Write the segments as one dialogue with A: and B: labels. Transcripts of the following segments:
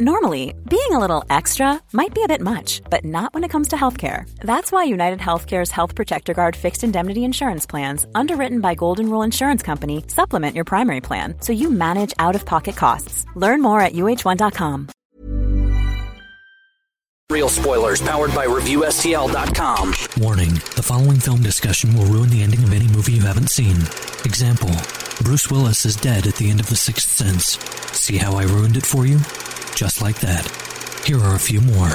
A: Normally, being a little extra might be a bit much, but not when it comes to healthcare. That's why United Healthcare's Health Protector Guard fixed indemnity insurance plans, underwritten by Golden Rule Insurance Company, supplement your primary plan so you manage out of pocket costs. Learn more at uh1.com.
B: Real spoilers powered by ReviewSTL.com.
C: Warning the following film discussion will ruin the ending of any movie you haven't seen. Example Bruce Willis is dead at the end of The Sixth Sense. See how I ruined it for you? Just like that. Here are a few more.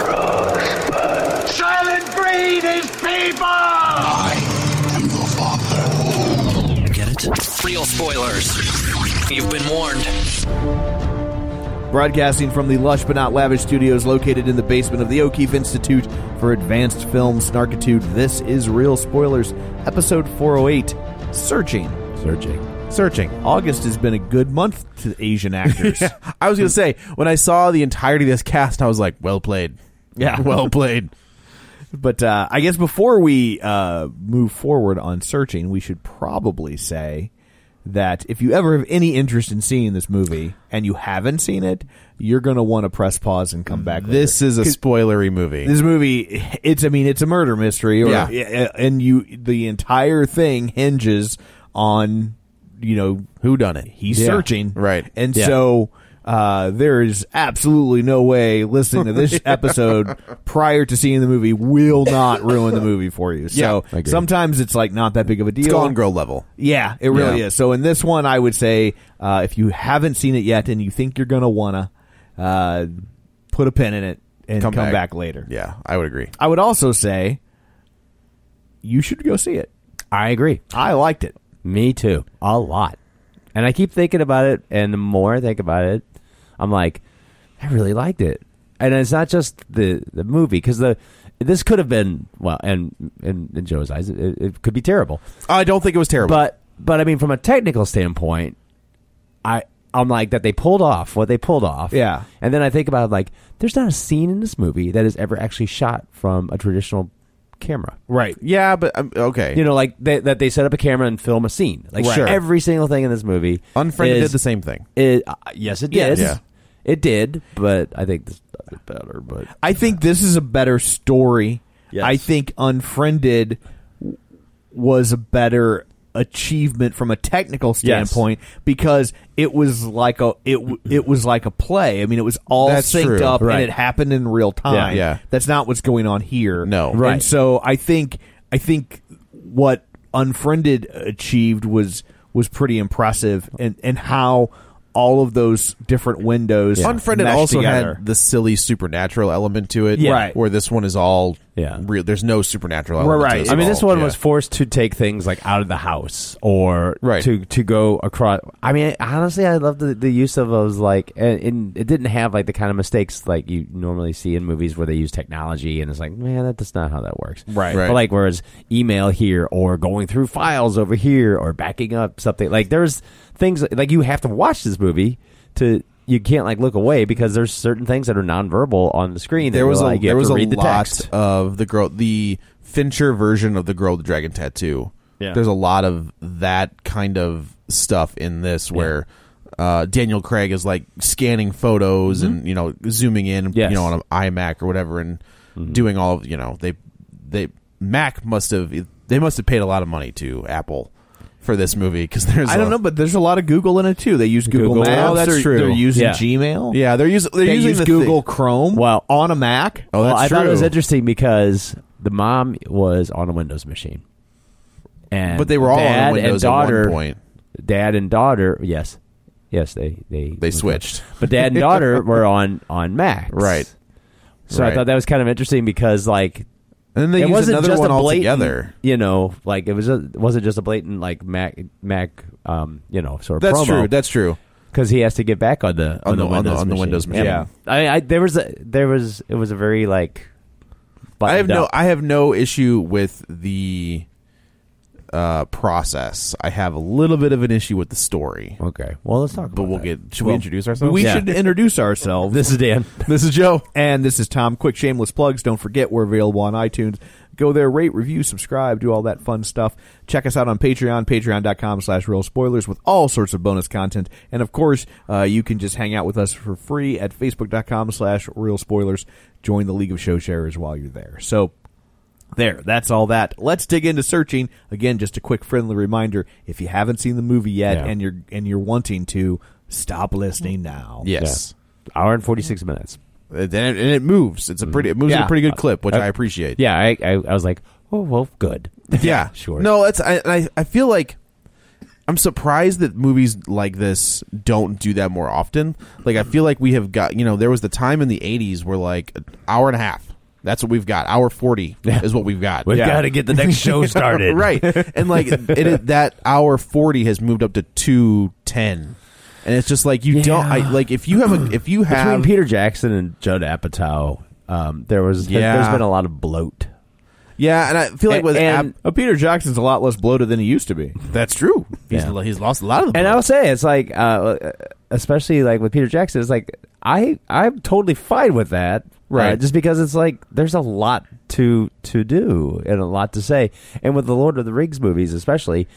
D: Silent breed is people! I
B: am your father. Get it? Real spoilers. You've been warned.
E: Broadcasting from the lush but not lavish studios located in the basement of the O'Keefe Institute for Advanced Film Snarkitude, this is Real Spoilers, episode 408 Searching.
F: Searching.
E: Searching. August has been a good month to Asian actors.
F: I was going to say, when I saw the entirety of this cast, I was like, well played.
E: Yeah.
F: well played.
E: But uh, I guess before we uh, move forward on searching, we should probably say that if you ever have any interest in seeing this movie and you haven't seen it, you're going to want to press pause and come back.
F: This
E: later.
F: is a
E: 'Cause
F: spoilery movie.
E: This movie, it's I mean, it's a murder mystery, or,
F: Yeah.
E: and you the entire thing hinges on you know
F: Who done it?
E: he's
F: Yeah.
E: searching
F: Right.
E: and
F: Yeah.
E: so uh, there is absolutely no way listening to this episode prior to seeing the movie will not ruin the movie for you so
F: I agree.
E: sometimes it's like not that big of a deal
F: It's Gone Girl level.
E: yeah it really
F: Yeah.
E: is so in this one i would say uh, if you haven't seen it yet and you think you're gonna wanna uh, put a pin in it and come, back. later
F: Yeah, I would agree.
E: i would also say you should go see it
G: I agree.
E: i liked it
G: Me too. A lot. And I keep thinking about it, and the more I think about it, I'm like, I really liked it. And it's not just the the movie because the this could have been well, and in, in Joe's eyes, it, it could be terrible.
F: I don't think it was terrible.
G: But but I mean, from a technical standpoint, I I'm like that they pulled off what they pulled off.
E: Yeah.
G: And then I think about like, there's not a scene in this movie that is ever actually shot from a traditional camera.
E: right
F: yeah, but um, okay.
G: You know, like they, that they set up a camera and film a scene. Like
F: Right. Sure.
G: every single thing in this movie.
F: Unfriended
G: is-
F: did the same thing.
G: It, uh, yes, it did.
F: Yes. Yeah.
G: It did, but I think this does it better. But
E: I think this is a better story.
G: Yes.
E: I think Unfriended w- was a better achievement from a technical standpoint because it was like a it w- it was like a play. I mean, it was all
F: That's
E: synced
F: true,
E: up
F: right.
E: and it happened in real time.
F: Yeah, yeah.
E: That's not what's going on here.
F: No.
E: And
F: Right.
E: so I think I think what Unfriended achieved was was pretty impressive and and how all of those different windows
F: Unfriended
E: meshed
F: also
E: together.
F: had the silly supernatural element to it.
E: Yeah. Right.
F: Where this one is all
G: Yeah.
F: real. There's no supernatural element.
E: right.
F: To this
G: I mean,
F: at
G: this
F: all.
G: one
F: Yeah.
G: was forced to take things like out of the house or
F: Right.
G: to to go across. I mean, honestly, I love the, the use of those like, and, and it didn't have like the kind of mistakes like you normally see in movies where they use technology and it's like, man, that, that's not how that works.
E: Right.
F: Right.
G: But like, whereas email here or going through files over here or backing up something like there's things like you have to watch this movie to. You can't like look away because there's certain things that are nonverbal on the screen. that
F: there
G: you're,
F: was a
G: like, you
F: there
G: have
F: was
G: to
F: a
G: read the
F: lot
G: text.
F: of the girl the Fincher version of the girl with the dragon tattoo.
G: Yeah.
F: There's a lot of that kind of stuff in this where uh, Daniel Craig is like scanning photos
E: Mm-hmm.
F: and you know zooming in
G: Yes.
F: you know on an iMac or whatever and
E: Mm-hmm.
F: doing all of you know they they Mac must have they must have paid a lot of money to Apple for this movie because there's
E: I don't
F: a-
E: know, but there's a lot of Google in it too. They use Google,
G: Google.
E: Maps.
G: Oh, that's
E: they're,
G: true.
E: They're using
G: Yeah.
E: Gmail.
F: yeah they're using they're
E: they
F: using
E: use
F: the
E: Google
F: thing-
E: Chrome.
G: Well-
E: on a Mac.
F: Oh,
G: Well,
F: that's
G: I thought it was
F: true.
G: interesting because the mom was on a Windows machine, and
F: but they were all
G: dad
F: on Windows
G: and daughter,
F: at one point
G: Dad and daughter, yes, yes, they they
F: they switched
G: But dad and daughter were on on Mac,
F: Right.
G: So
F: Right.
G: I thought that was kind of interesting because like
F: and then they
G: it
F: used
G: wasn't
F: another
G: just
F: one
G: a blatant,
F: altogether.
G: you know, like it was a, it wasn't just a blatant like Mac Mac, um, you know, sort of
F: That's
G: promo.
F: true. That's true.
G: because he has to get back on the on,
F: On the- on the-
G: Windows
F: on the
G: machine.
F: Windows machine.
G: Yeah, I, I there was a, there was it was a very like.
F: I have
G: buttoned
F: no
G: up.
F: I have no issue with the uh, process. I have a little bit of an issue with the story.
G: Okay. Well, let's talk. About
F: But we'll
G: that.
F: get should we introduce ourselves?
E: we
G: Yeah.
E: should introduce ourselves.
G: This is Dan.
E: this is Joe, and this is Tom. Quick shameless plugs. Don't forget we're available on iTunes, Go there, rate, review, subscribe, do all that fun stuff. Check us out on Patreon, patreon.com slash real spoilers with all sorts of bonus content. And of course, uh, you can just hang out with us for free at facebook.com slash real spoilers. Join the League of Show Sharers while you're there. So there, that's all that. Let's dig into searching. Again, just a quick friendly reminder, if you haven't seen the movie yet
G: Yeah.
E: and you're and you're wanting to, stop listening now.
F: Yes.
G: Hour and forty six minutes.
F: Uh, Then it, and it moves. It's a pretty. It moves
E: Mm-hmm.
F: at
E: Yeah.
F: a pretty good clip, which
G: Uh,
F: I appreciate.
G: Yeah, I, I, I was like, oh well, good.
F: yeah,
G: Sure.
F: No, it's I, I I feel like I'm surprised that movies like this don't do that more often. Like I feel like we have got you know there was the time in the '80s where like an hour and a half. That's what we've got. Hour forty is what we've got.
G: We've got to get the next show started.
F: right, and like it, it- that hour forty has moved up to two ten, and it's just like you don't I, like if you have a if you
G: Between
F: have
G: Peter Jackson and Judd Apatow, um, there was
F: Yeah.
G: there's been a lot of bloat.
F: yeah, and I feel like with
G: And-
F: Ab-
E: Uh, Peter Jackson's a lot less bloated than he used to be.
F: that's true. He's
G: Yeah.
F: he's lost a lot of the
G: And
F: blood.
G: I'll say it's like, uh, especially like with Peter Jackson, it's like I I'm totally fine with that,
F: Right.
G: Uh, just because it's like there's a lot to to do and a lot to say, and with the Lord of the Rings movies, especially.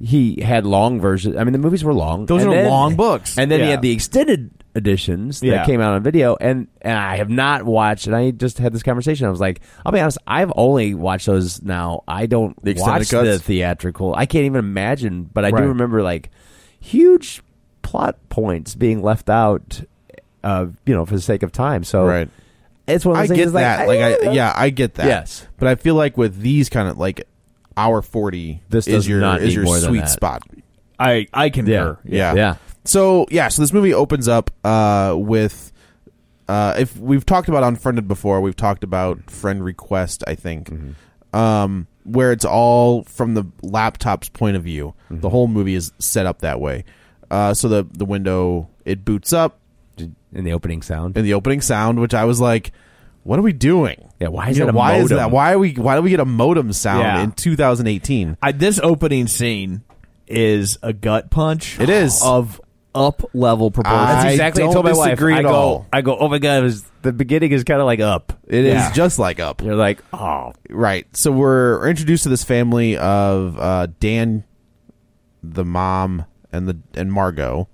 G: He had long versions. I mean, the movies were long.
E: Those
G: And
E: are
G: then-
E: long books.
G: And then he
E: Yeah.
G: had the extended editions that
E: Yeah.
G: came out on video. And and I have not watched. And I just had this conversation. I was like, I'll be honest. I've only watched those now. I don't
F: The extended
G: watch the
F: cuts?
G: theatrical. I can't even imagine. But I
E: Right.
G: do remember like huge plot points being left out, uh, you know, for the sake of time. So
F: Right.
G: it's one of
F: I
G: those things.
F: get
G: it's like, "Eh."
F: that. Like, I, yeah, I get that.
G: Yes.
F: but I feel like with these kind of like hour forty,
G: This
F: is
G: does
F: your
G: not
F: is
G: need
F: your
G: more than
F: sweet
G: that.
F: spot.
E: I I concur.
F: Yeah.
G: Yeah.
F: So yeah, so this movie opens up uh, with uh, if we've talked about unfriended before, we've talked about friend request. I think
G: Mm-hmm.
F: um, where it's all from the laptop's point of view.
G: Mm-hmm.
F: The whole movie is set up that way. Uh, so the the window it boots up
G: in the opening sound.
F: in the opening sound, which I was like, "What are we doing?
G: Yeah, why is
F: You know,
G: that a
F: why is
G: modem?
F: that? Why are we? Why do we get a modem sound
E: Yeah.
F: in 2018?
E: I, this opening scene is a gut punch.
F: It is.
E: of up level proportions.
F: I don't disagree
G: I
F: at
G: go,
F: all.
G: I go, oh my god, it was, the beginning is kind of like up.
F: It is
E: Yeah.
F: just like up,
G: You're like, oh,
F: right? So we're introduced to this family of uh, Dan, the mom, and the and Margot,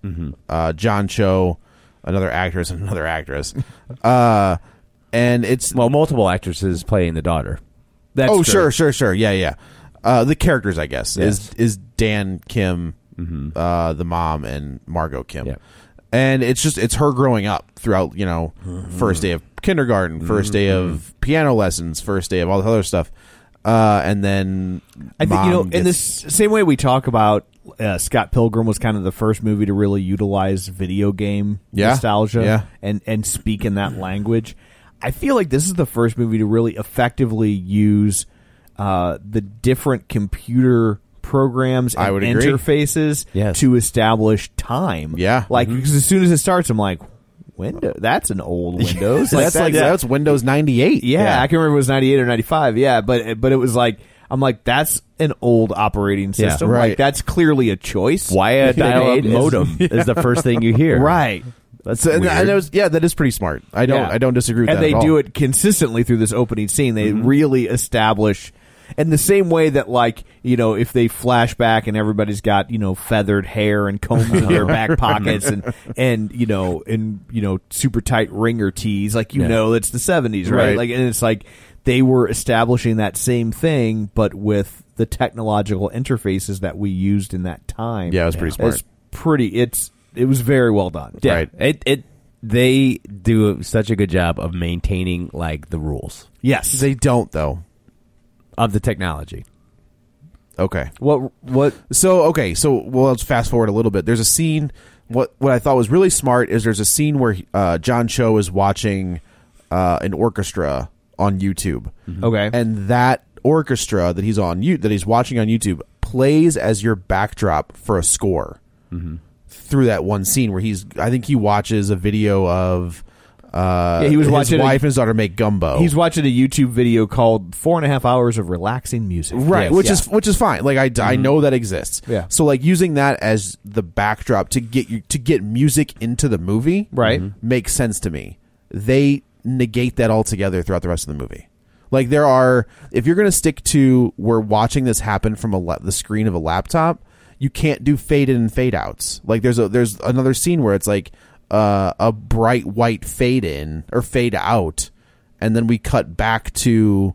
F: uh, John Cho, another actress, and another actress, uh, and it's
G: well, multiple actresses playing the daughter. That's
F: oh
G: true.
F: sure sure sure yeah yeah uh, the characters I guess is is Dan Kim
E: Mm-hmm.
F: uh, the mom and Margot Kim
G: Yeah.
F: and it's just it's her growing up throughout you know
E: Mm-hmm.
F: first day of kindergarten 1st day of piano lessons first day of all this other stuff uh, and then
E: I think you know
F: mom
E: in this
F: gets-
E: same way we talk about uh, Scott Pilgrim was kind of the first movie to really utilize video game
F: Yeah.
E: nostalgia
F: Yeah.
E: and and speak in that language. I feel like this is the first movie to really effectively use uh, the different computer programs and
F: I would agree.
E: interfaces
G: Yes. Mm-hmm.
E: to establish time.
F: Yeah.
E: like because as soon as it starts, I'm like, window. That's an old Windows.
F: that's like that's Windows ninety eight
E: Yeah, I can remember it was ninety eight or ninety five. Yeah, but but it was like I'm like that's an old operating system.
F: right.
E: Like that's clearly a choice.
G: Why a
E: that they
G: dial-up
E: made is-
G: modem is the first thing you hear.
E: Right.
G: That's
F: So, and,
G: weird.
F: and it was, yeah, that is pretty smart. I don't,
E: Yeah.
F: I don't disagree. With
E: and
F: that
E: they
F: at all. Mm-hmm.
E: do it consistently through this opening scene. They really establish. In the same way that, like, you know, if they flash back and everybody's got, you know, feathered hair and combs in their back pockets and, and, you know, and, you know, super tight ringer tees, like, you
G: Yeah.
E: know, it's the 70s, right?
F: Right.
E: Like, and it's like they were establishing that same thing, but with the technological interfaces that we used in that time.
F: Yeah, it was pretty smart.
E: It's pretty, it's, it was very well done.
G: Yeah.
F: Right.
G: It it they do such a good job of maintaining like the rules
E: Yes.
F: They don't though.
G: of the technology.
F: Okay.
E: what, what,
F: So okay, so well, let's fast forward a little bit. There's a scene. What what I thought was really smart is there's a scene where uh, John Cho is watching uh, an orchestra on YouTube,
E: okay.
F: and that orchestra that he's on you that he's watching on YouTube plays as your backdrop for a score
E: Mm-hmm.
F: through that one scene where he's. I think he watches a video of. Uh,
E: Yeah, he was
F: his
E: watching a-
F: wife and his daughter make gumbo.
E: He's watching a YouTube video called Four and a Half Hours of Relaxing Music.
F: right
E: Yes.
F: which
E: Yeah. Mm-hmm.
F: is which is fine like i, I know that exists
E: Yeah.
F: so like using that as the backdrop to get you to get music into the movie
E: Right. Mhm.
F: makes sense to me they negate that altogether throughout the rest of the movie Like there are, if you're going to stick to we're watching this happen from a la- the screen of a laptop, you can't do fade in and fade outs. Like there's a there's another scene where it's like uh, a bright white fade in or fade out, and then we cut back to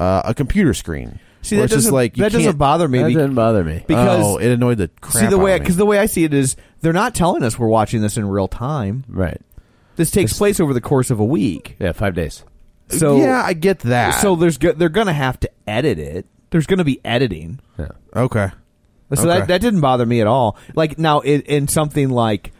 F: uh, a computer screen.
E: See,
F: Where
E: that
F: it's just
E: doesn't
F: like you
E: that doesn't
F: can't-
E: bother me
G: That
E: be-
G: doesn't bother me.
E: because
F: oh, it annoyed the crap
E: see the way
F: out of me.
E: because the way I see it is they're not telling us we're watching this in real time.
G: Right.
E: This takes place over the course of a week.
G: Yeah, five days.
E: So
F: yeah, I get that.
E: so there's go- they're gonna have to edit it. There's gonna be editing.
F: okay,
E: So
F: Okay.
E: that, that didn't bother me at all. Like now, in, in something like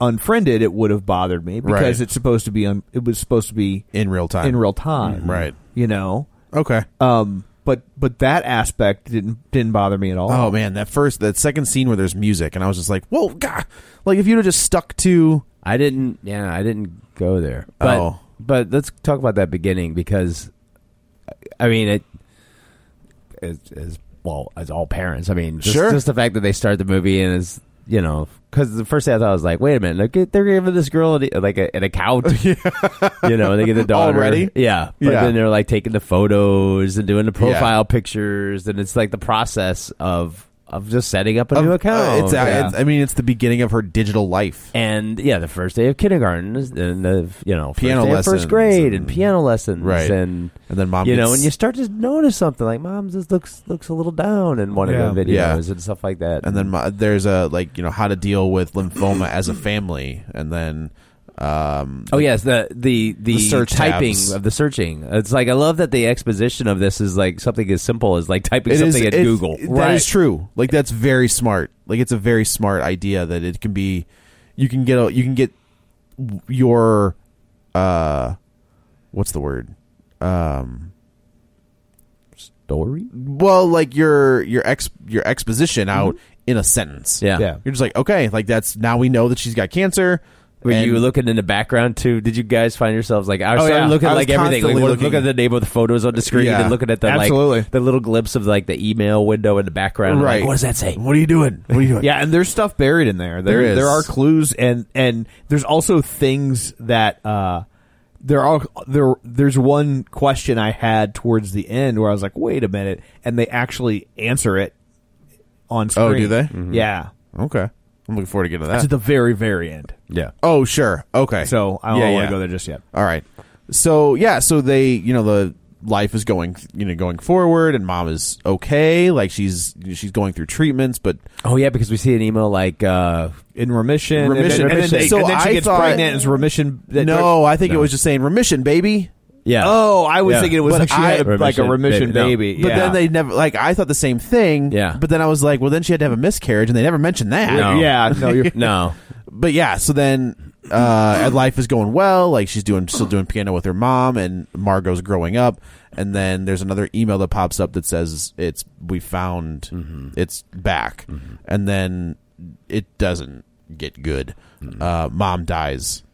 E: Unfriended, it would have bothered me because
F: Right.
E: it's supposed to be un, it was supposed to be
F: in real time,
E: in real time,
F: right?
E: You know,
F: Okay.
E: um, but but that aspect didn't didn't bother me at all.
F: Oh man, that first that second scene where there's music and I was just like, "Whoa, god." Like if you'd have just stuck to
G: I didn't. Yeah, I didn't go there. But,
F: Oh.
G: but let's talk about that beginning because, I mean, it is as well as all parents. I mean, just,
F: Sure.
G: just the fact that they start the movie and it's you know because the first thing I thought was like, wait a minute, look, they're giving this girl a, like a, an account, you know, and they get the daughter
F: Already?
G: yeah. But
F: Yeah.
G: then they're like taking the photos and doing the profile pictures, and it's like the process of of just setting up a new
F: uh,
G: account.
F: it's,
G: Yeah
F: it's- I mean, it's the beginning of her digital life.
G: and yeah, the first day of kindergarten is- and the you know first
F: Piano
G: day of
F: lessons
G: first grade and,
F: and-
G: piano lessons,
F: Right.
G: And
F: And then mom
G: you know,
F: gets-
G: and you start to notice something like mom just looks looks a little down in one of the videos
F: Yeah.
G: and stuff like that.
F: and then my, there's a like, you know, how to deal with lymphoma as a family and then um
G: oh yes, the the the,
F: The search
G: typing
F: tabs.
G: of the searching. It's like I love that the exposition of this is like something as simple as like typing
F: it is-
G: something at
F: it-
G: Google.
F: That is true. Like that's very smart. Like it's a very smart idea that it can be you can get a you can get your uh what's the word? Um
G: Story.
F: well like your your ex your exposition out in a sentence
G: Mm-hmm. Yeah. Yeah.
F: you're just like okay like that's now we know that she's got cancer
G: Were
F: and-
G: you looking in the background too? Did you guys find yourselves like I
F: Oh,
G: was
F: yeah.
G: looking
F: I
G: at
F: was
G: like everything, like
F: constantly
G: we're
F: looking.
G: looking at the name of the photos on the screen,
F: Yeah.
G: and looking at the
E: Absolutely.
G: like the little glimpse of like the email window in the background. I'm like,
F: Right.
G: what does that say?
F: what are you doing what are you doing
E: Yeah, and there's stuff buried in there. There,
F: There is.
E: there are clues, and and there's also things that uh, there are there. There's one question I had towards the end where I was like, "Wait a minute," and they actually answer it on screen.
F: Oh, do they?
G: Mm-hmm.
E: Yeah,
F: okay i'm looking forward to getting to
E: it's
F: that
E: at the very very end.
G: Yeah.
F: oh sure okay
E: So I don't
F: Yeah,
E: want
F: yeah.
E: to go there just yet.
F: all right so yeah so they you know the life is going you know going forward and mom is okay like she's she's going through treatments but
G: Oh yeah, because we see an email like uh
E: In remission,
F: Remission.
E: and then, and then they-
F: So
E: and then she
F: I
E: gets
F: thought-
E: pregnant. And it's remission. that-
F: no i think it was just saying remission baby
G: yeah.
E: Oh, I was
G: Yeah.
E: thinking it was
F: But
E: like she
F: I-
E: had a- like a
G: Remission
E: remission
G: baby,
E: baby.
F: But
E: yeah.
F: then they never like I thought the same thing.
G: Yeah.
F: But then I was like, well, then she had to have a miscarriage, and they never mentioned that.
G: No.
E: yeah, no, you're,
G: no.
F: But yeah, so then uh, life is going well. Like she's doing still doing piano with her mom, and Margot's growing up. And then there's another email that pops up that says it's we found
E: Mm-hmm.
F: it's back, and then it doesn't get good.
E: Mm-hmm.
F: Uh, mom dies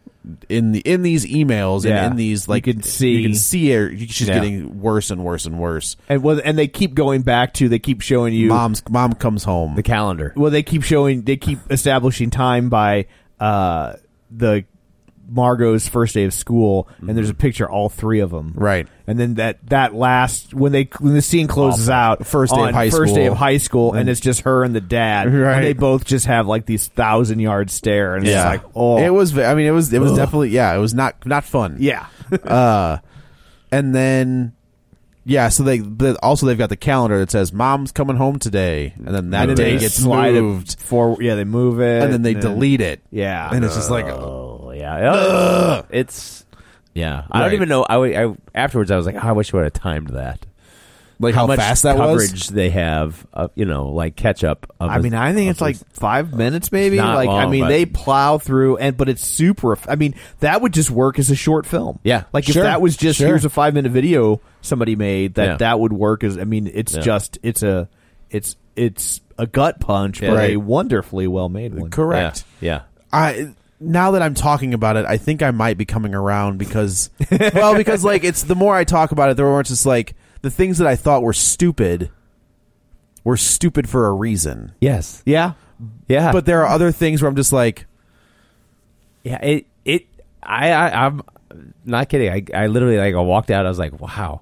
F: in the in these emails
E: Yeah.
F: and in these
E: You
F: like
E: can see-
F: you can see her she's
E: Yeah.
F: getting worse and worse and worse.
E: and was, and they keep going back to they keep showing you
F: Mom's mom comes home.
G: The calendar.
E: well they keep showing they keep establishing time by uh the margot's first day of school and there's a picture all three of them
F: Mm-hmm. Right.
E: and then that that last when they when the scene closes out
F: First day of
E: on
F: high
E: first day
F: school. Mm-hmm.
E: of high school and it's just her and the dad
F: Right.
E: and they both just have like these thousand yard stare and
F: yeah.
E: it's like oh
F: It was. ve- I mean, it was. It was definitely. Yeah. It was not not fun.
E: yeah
F: And then, yeah. So they but also they've got the calendar that says "Mom's coming home today," and then that
E: And then
F: day
E: they
F: gets
E: slide it
F: moved,
E: forward yeah they move it
F: and then they delete it.
E: yeah
F: And it's just like,
G: Oh yeah. It's yeah. I don't
F: Right.
G: even know. I, would- I afterwards I was like, oh, I wish we would have timed that.
F: like how,
G: much
F: fast that
G: coverage
F: was.
G: they have, of, you know, like catch up. Of
E: I mean, I think it's like five minutes, maybe.
G: Not
E: Like, I
G: long,
E: mean,
G: but-
E: they plow through, and but it's super. eff- I mean, that would just work as a short film.
G: Yeah,
E: like
G: sure,
E: if that was just
G: sure.
E: here's a five minute video somebody made that
G: Yeah.
E: that would work as. I mean, it's
G: Yeah.
E: just it's a it's it's a gut punch, but a
F: Right.
E: wonderfully well made one.
F: Correct.
G: Yeah.
F: I now that I'm talking about it, I think I might be coming around because well, because like it's the more I talk about it, the more it's just like the things that I thought were stupid were stupid for a reason.
G: Yes.
E: Yeah,
G: Yeah.
F: But there are other things where I'm just like,
G: Yeah, it it I, I I'm not kidding. I I literally like I walked out. I was like, wow,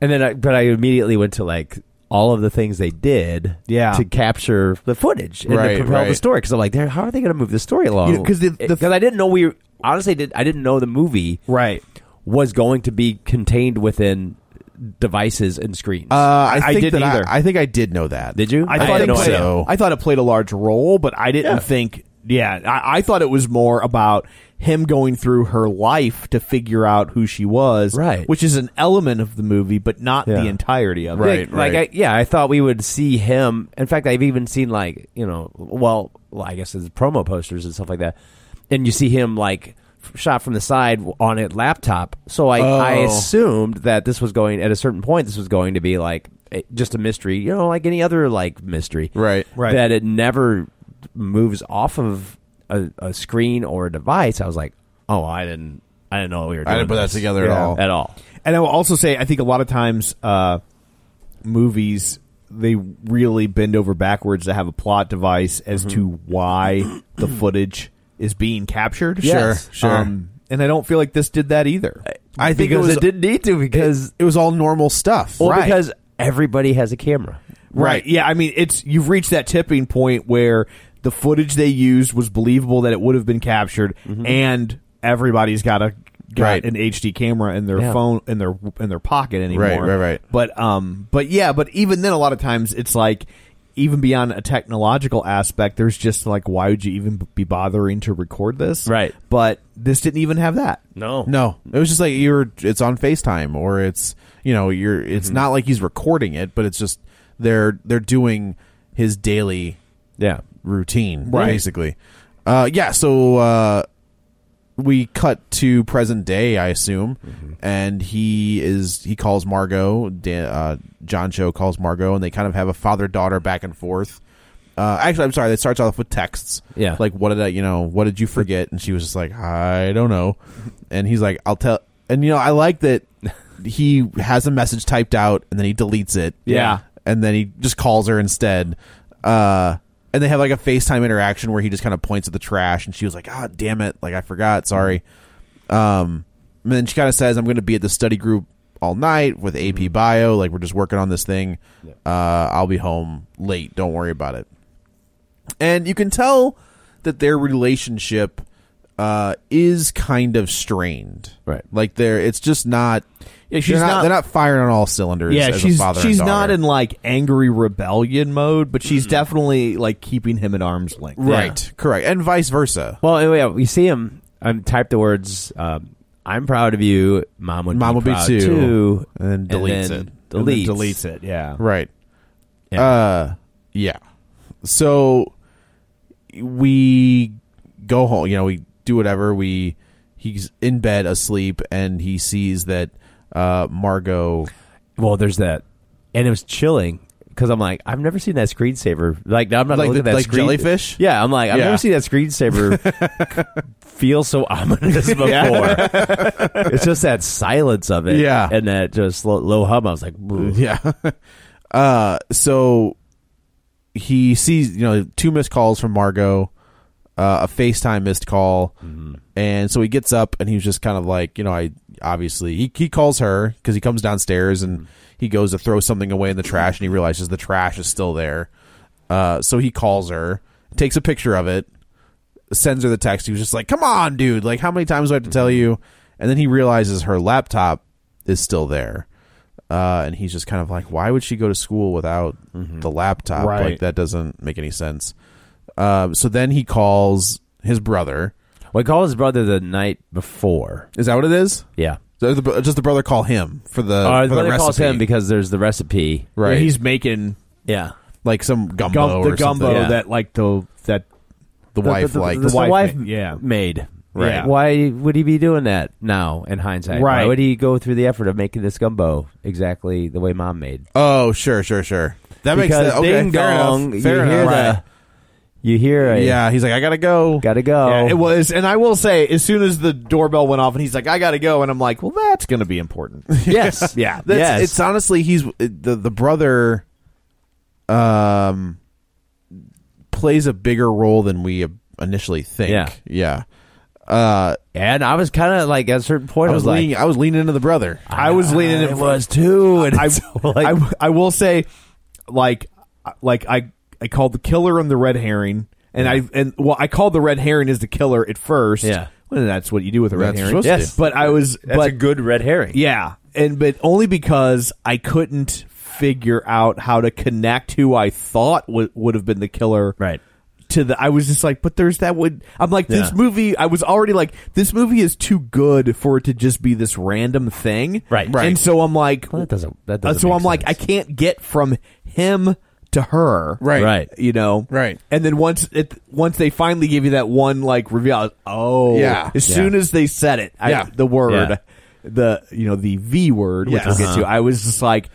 G: And then, I, but I immediately went to like all of the things they did,
E: Yeah.
G: to capture the footage and
F: Right,
G: to propel the
F: right.
G: story. Because I'm like, "They're- how are they going to move the story
E: You
G: along? Eh,
E: know, 'cause the- the-
G: I didn't know we honestly did. I didn't know the movie
E: Right.
G: was going to be contained within devices and screens.
F: Uh, I,
E: I
F: think
E: didn't
F: that
E: either.
F: I, I think I did know that.
G: Did you?
E: I
G: I
E: thought
G: had
E: it
G: no
E: played,
F: idea.
E: I thought it played a large role, but I didn't
G: Yeah.
E: think. Yeah, I, I thought it was more about him going through her life to figure out who she was,
G: Right.
E: Which is an element of the movie, but not
G: Yeah.
E: the entirety of
F: Right.
E: it.
G: Like, like, I, yeah, I thought we would see him. In fact, I've even seen like you know, well, well I guess it's promo posters and stuff like that, and you see him like f- shot from the side on a laptop. So I, I
F: Oh.
G: assumed that this was going at a certain point. This was going to be like eh, just a mystery, you know, like any other like mystery,
F: Right.
E: Right.
G: That it never moves off of a, a screen or a device. I was like, oh, I didn't, I didn't know we were. Doing
F: I didn't put that
G: this
F: together at
E: Yeah.
F: all.
G: at all.
E: And I will also say, I think a lot of times, uh, movies they really bend over backwards to have a plot device as
G: Mm-hmm.
E: to why the footage is being captured.
G: Yes.
F: Sure, sure.
E: Um, and I don't feel like this did that either.
F: I think it
G: because
F: was
G: it didn't need to because
F: it was all normal stuff.
G: Well,
E: Right.
G: because everybody has a camera.
E: Right. Yeah. I mean, it's you've reached that tipping point where the footage they used was believable that it would have been captured, and everybody's got a got
F: Mm-hmm. Right.
E: an HD camera in their
G: Yeah.
E: phone in their in their pocket anymore.
F: Right, right, right.
E: But um, but yeah, but even then, a lot of times it's like. Even beyond a technological aspect, there's just like, why would you even be bothering to record this?
G: Right.
E: But this didn't even have that.
G: No.
F: No, it was just like you're. It's on Facetime, or it's you know you're. It's not like he's recording it, but it's just they're they're doing his daily
G: Yeah.
F: routine,
E: Right.
F: basically. Uh, yeah. So uh, we cut to present day, I assume, and he is he calls Margot. Dan, uh, John Cho calls Margot, and they kind of have a father daughter back and forth. Uh, actually, I'm sorry. That starts off with texts.
G: Yeah.
F: Like, what did I, you know, what did you forget? And she was just like, I don't know. And he's like, I'll tell. And, you know, I like that he has a message typed out and then he deletes it.
E: Yeah.
F: And then he just calls her instead. Uh, and they have like a FaceTime interaction where he just kind of points at the trash and she was like, ah, damn it. Like, I forgot. Sorry. Um, and then she kind of says, I'm going to be at the study group all night with AP Bio. Like, we're just working on this thing. Uh, I'll be home late. Don't worry about it and you can tell that their relationship uh, is kind of strained.
G: Right.
F: Like they're it's just not. Yeah,
E: she's
F: they're not,
E: not-
F: They're not firing on all cylinders.
E: Yeah,
F: as a
E: she's
F: father and
E: she's not
F: daughter.
E: in like angry rebellion mode, but she's definitely like keeping him at arm's length.
F: right. Correct, and vice versa.
G: Well, anyway, yeah, we see him. I'm typed the words. Um, I'm proud of you. Mom would be
F: Mom would be
G: proud
F: too.
G: too.
F: And then deletes
G: then
F: it.
E: And then
G: Deletes.
E: deletes it. Yeah.
F: Right.
G: Yeah.
F: Uh, yeah. So we go home. You know, we do whatever. We he's in bed asleep, and he sees that uh, Margot.
G: Well, there's that, and it was chilling because I'm like, I've never seen that screensaver. Like, I'm not
F: Like
G: looking
F: the-
G: at that
F: like
G: screen-
F: jellyfish?
G: Yeah, I'm like, I've
F: Yeah.
G: never seen that screensaver feel so ominous before. it's just that silence of it.
F: Yeah.
G: and that just low, low hum. I was like, "Ooh."
F: Yeah. uh, so he sees, you know, two missed calls from Margot, uh, a FaceTime missed call. And so he gets up and he's just kind of like, you know, I obviously, he, he calls her because he comes downstairs and he goes to throw something away in the trash and he realizes the trash is still there. Uh, so he calls her, takes a picture of it, sends her the text. He was just like, "Come on, dude! Like, how many times do I have to tell you?" And then he realizes her laptop is still there, uh, and he's just kind of like, "Why would she go to school without the laptop?
E: Right.
F: Like, that doesn't make any sense." Um, so then he calls his brother.
G: Well, he called his brother the night before.
F: Is that what it is?
G: Yeah.
F: Does the, bro- does the brother call him for the,
G: Uh, his
F: Oh, for the
G: brother
F: recipe?
G: calls him because there's the recipe.
F: right,
E: He's making
G: Yeah.
F: like some gumbo
E: gum,
F: or
E: the gumbo
F: something.
G: Yeah.
E: that like the that
F: the, wife likes.
G: the,
E: wife
G: wife
E: made- yeah.
G: made.
E: Right.
G: Yeah. Why would he be doing that now in hindsight?
E: Right.
G: Why would he go through the effort of making this gumbo exactly the way mom made?
F: oh, sure, sure, sure. That makes
G: because
F: sense. Okay,
G: ding
F: fair
G: dong,
F: enough. Fair
G: you hear
F: enough.
G: the, you hear a,
F: Yeah, he's like, I gotta go.
G: gotta go.
E: Yeah, it was and I will say as soon as the doorbell went off and he's like
F: "Ah,
E: I got to go and I'm like well that's going to be important.
G: yes,
E: Yeah.
F: That's,
G: yes.
F: It's uh, honestly he's the the brother, um, plays a bigger role than we initially think.
G: Yeah.
F: yeah. Uh,
G: And I was kind of like at a certain point,
F: I
G: I
F: was
G: was, like, "Ah,
F: leaning. I was leaning into the brother.
E: I was leaning
G: it
E: in.
G: was too. And
E: I,
G: so, like,
E: I I will say, like like I I called the killer on the red herring, and I and well I called the red herring as the killer at first.
G: Yeah.
E: well, that's what you do with a red
F: That's
E: herring.
F: supposed to Yes. do.
E: but I was
G: that's
E: but
G: a good red herring.
E: yeah, and but only because I couldn't figure out how to connect who I thought would would have been the killer.
G: Right.
E: To the, I was just like, but there's that would. I'm like, this
G: Yeah.
E: movie. I was already like, this movie is too good for it to just be this random thing.
G: Right. Right.
E: And so I'm like,
G: Well, that doesn't. That
E: uh,
G: doesn't.
E: so
G: make
E: I'm like, I
G: sense.
E: can't get from him to her,
F: Right.
G: Right.
E: You know,
F: Right.
E: And then once it, once they finally give you that one like reveal, I was, oh,
F: Yeah.
E: As soon as they said it, I,
F: Yeah.
E: the word,
G: Yeah.
E: the you know the V word, which
F: Yes.
E: we'll get to. I was just like,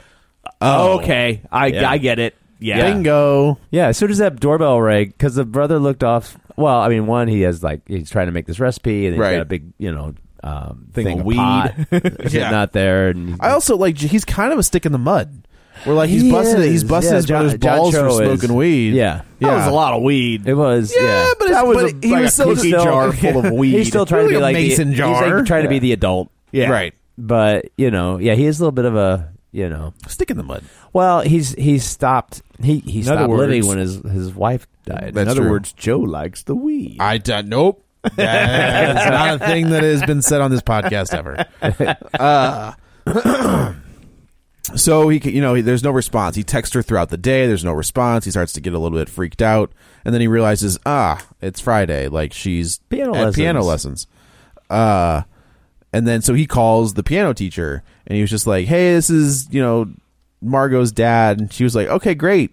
E: oh, okay, I I get it. Yeah,
F: Bingo.
G: Yeah, as soon as that doorbell rang, because the brother looked off. Well, I mean, one, he has like he's trying to make this recipe, and he's
F: Right.
G: got a big, you know, um,
E: Thing
G: thing,
E: of
G: of
E: weed.
G: pot sitting
F: Yeah.
G: out there. And
F: I also like. He's kind of a stick in the mud. Where like he's
G: He
F: busted. He's
G: is.
F: busted
G: Yeah,
F: his
G: John-
F: brother's
G: John
F: balls for
G: Cho is-
F: smoking weed.
G: yeah,
E: That was
F: Yeah.
E: a lot of weed.
G: it was.
F: Yeah,
G: Yeah,
F: but it's-
E: that was
F: but
E: a,
F: he
E: like
F: was
E: a
F: so-
E: cookie
G: still-
E: jar full of weed.
G: he's still trying
F: Really
G: to
F: a
G: be like
F: mason
G: the, He's
F: jar.
G: like trying to be
F: Yeah.
G: the adult,
E: yeah,
F: Right.
G: but you know, yeah, he is a little bit of a you know.
F: Stick in the mud.
G: Well, he's he stopped he he
E: other
G: stopped living
E: words-
G: when his his wife died.
E: In
F: That's
E: other
F: true.
E: words, Joe likes the weed.
F: I d- nope. That's not a thing that has been said on this podcast ever. Uh, so he, c- you know, he, there's no response. He texts her throughout the day. There's no response. He starts to get a little bit freaked out, and then he realizes, ah, it's Friday. Like she's
G: Piano
F: at
G: lessons.
F: piano lessons. Uh, and then so he calls the piano teacher, and he was just like, "Hey, this is you know Margot's dad," and she was like, "Okay, great."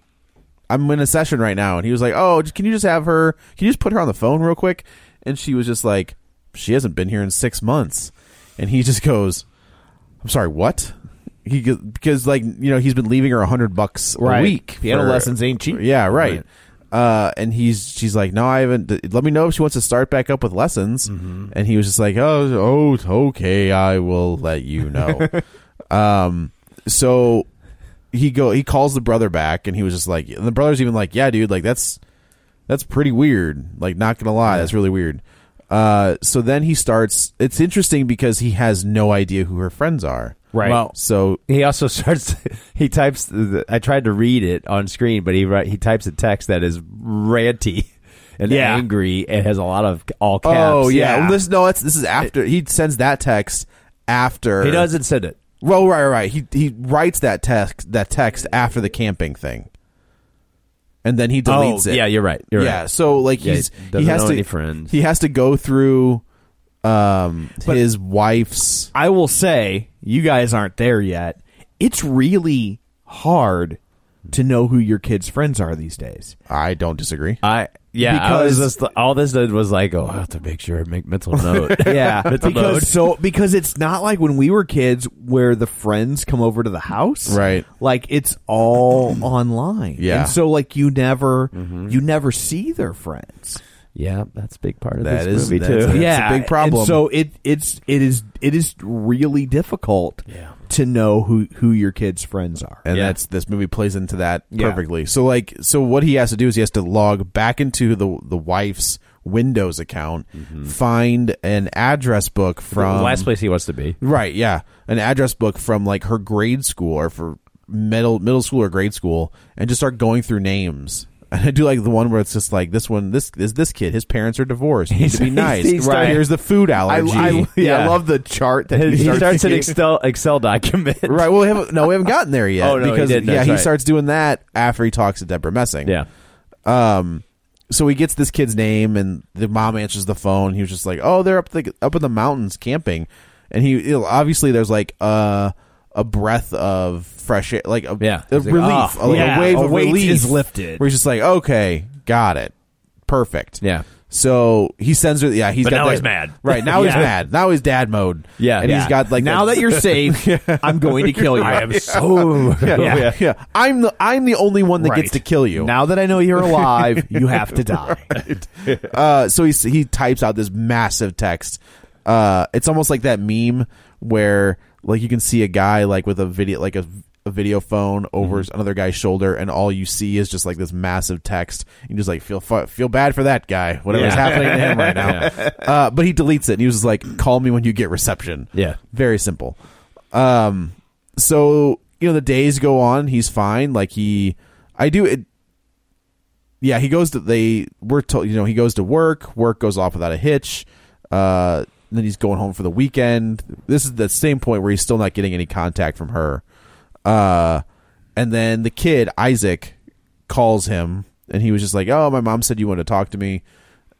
F: I'm in a session right now. And he was like, Oh, just- can you just have her? Can you just put her on the phone real quick? And she was just like, She hasn't been here in six months. And he just goes, I'm sorry, what? He go- because like you know he's been leaving her a hundred bucks
E: Right.
F: a week.
E: Piano lessons ain't cheap.
F: Yeah, right. Uh, and he's she's like, no, I haven't. d- Let me know if she wants to start back up with lessons.
E: Mm-hmm.
F: And he was just like, oh, oh, okay, I will let you know. um, so he go he calls the brother back and he was just like and the brother's even like yeah dude like that's that's pretty weird like not gonna lie that's really weird uh so then he starts it's interesting because he has no idea who her friends are
G: Right. Well-
F: so
G: he also starts he types the, I tried to read it on screen but he write, he types a text that is ranty and
E: Yeah.
G: angry and has a lot of all caps.
F: oh yeah,
E: yeah.
F: Well, this no that's this is after he sends that text after
G: He doesn't send it.
F: well right right, right he he writes that text that text after the camping thing and then he deletes it
G: Oh, yeah, you're right. You're
F: yeah,
G: right.
F: so like
G: Yeah,
F: he's
G: he
F: he
G: doesn't
F: has
G: know
F: to
G: any friends.
F: he has to go through um his wife's
E: I will say, you guys aren't there yet. It's really hard to know who your kids' friends are these days.
F: I don't disagree.
G: I yeah, I was
E: Because-
G: just, all this did was like, oh, I have to make sure I make mental note.
E: Yeah,
G: mental note.
E: because so because it's not like when we were kids where the friends come over to the house,
F: Right.
E: Like it's all online,
F: Yeah. Mm-hmm.
E: And so like you never you never see their friends.
G: yeah, that's a big part of
F: That
G: this
F: is-
G: movie
F: that's
G: too.
F: a-
G: yeah.
E: yeah,
F: big
E: and
F: problem.
E: so it it's it is it is really difficult
G: Yeah.
E: to know who who your kids' friends are.
F: and
G: Yeah.
F: that's this movie plays into that
E: Yeah.
F: perfectly. So like so what he has to do is he has to log back into the the wife's Windows account, find an address book from
G: Mm-hmm. the last place he wants to be.
F: Right, yeah. An address book from like her grade school or for middle middle school or grade school and just start going through names. And I do like the one where it's just like this one this is this kid, his parents are divorced. You need to be
G: He's-
F: nice.
G: he's
F: right.
G: starting-
F: Here's the food
E: I,
F: allergy.
E: I, yeah, I
G: Yeah.
E: love the chart that
G: He
E: he,
G: starts,
E: starts
G: an
E: doing.
G: Excel Excel document.
F: Right. Well, we haven't. No, we haven't gotten there yet.
G: Oh, no, he
F: because
G: didn't.
F: yeah,
G: That's
F: he
G: right.
F: starts doing that after he talks to Deborah Messing.
G: Yeah.
F: Um. So he gets this kid's name, and the mom answers the phone. He was just like, "Oh, they're up the up in the mountains camping," and he you know, obviously there's like a a breath of fresh air, like a,
G: Yeah.
F: a
G: He's like,
F: relief,
G: "Ah,
F: a, like, a
E: yeah,
F: wave
E: a
F: of
E: weight
F: relief
E: is lifted.
F: Where he's just like, "Okay, got it, perfect."
G: Yeah.
F: So he sends her. Yeah, he's
G: But
F: got
G: now
F: that-
G: he's mad.
F: Right now he's
G: Yeah.
F: mad. Now he's dad mode.
G: Yeah.
F: and he's
G: Yeah.
F: got like
E: now
F: that
E: that you're safe, I'm going to kill you.
G: I am so
E: Yeah.
F: yeah, yeah. I'm the I'm the only one that
E: Right.
F: gets to kill you.
E: Now that I know you're alive, you have to die.
F: uh, so he s- he types out this massive text. Uh, it's almost like that meme where like you can see a guy like with a video like a a video phone over another guy's shoulder, and all you see is just like this massive text. You just like feel fu- feel bad for that guy, whatever's happening to him right now. Uh, but he deletes it. And he was just like, "Call me when you get reception."
G: Yeah.
F: very simple. Um, so you know the days go on. He's fine. Like he, I do it. Yeah, he goes to they. We're told you know he goes to work. Work goes off without a hitch. Uh, then he's going home for the weekend. This is the same point where he's still not getting any contact from her. Uh, and then the kid Isaac calls him, and he was just like, "Oh, my mom said you wanted to talk to me,"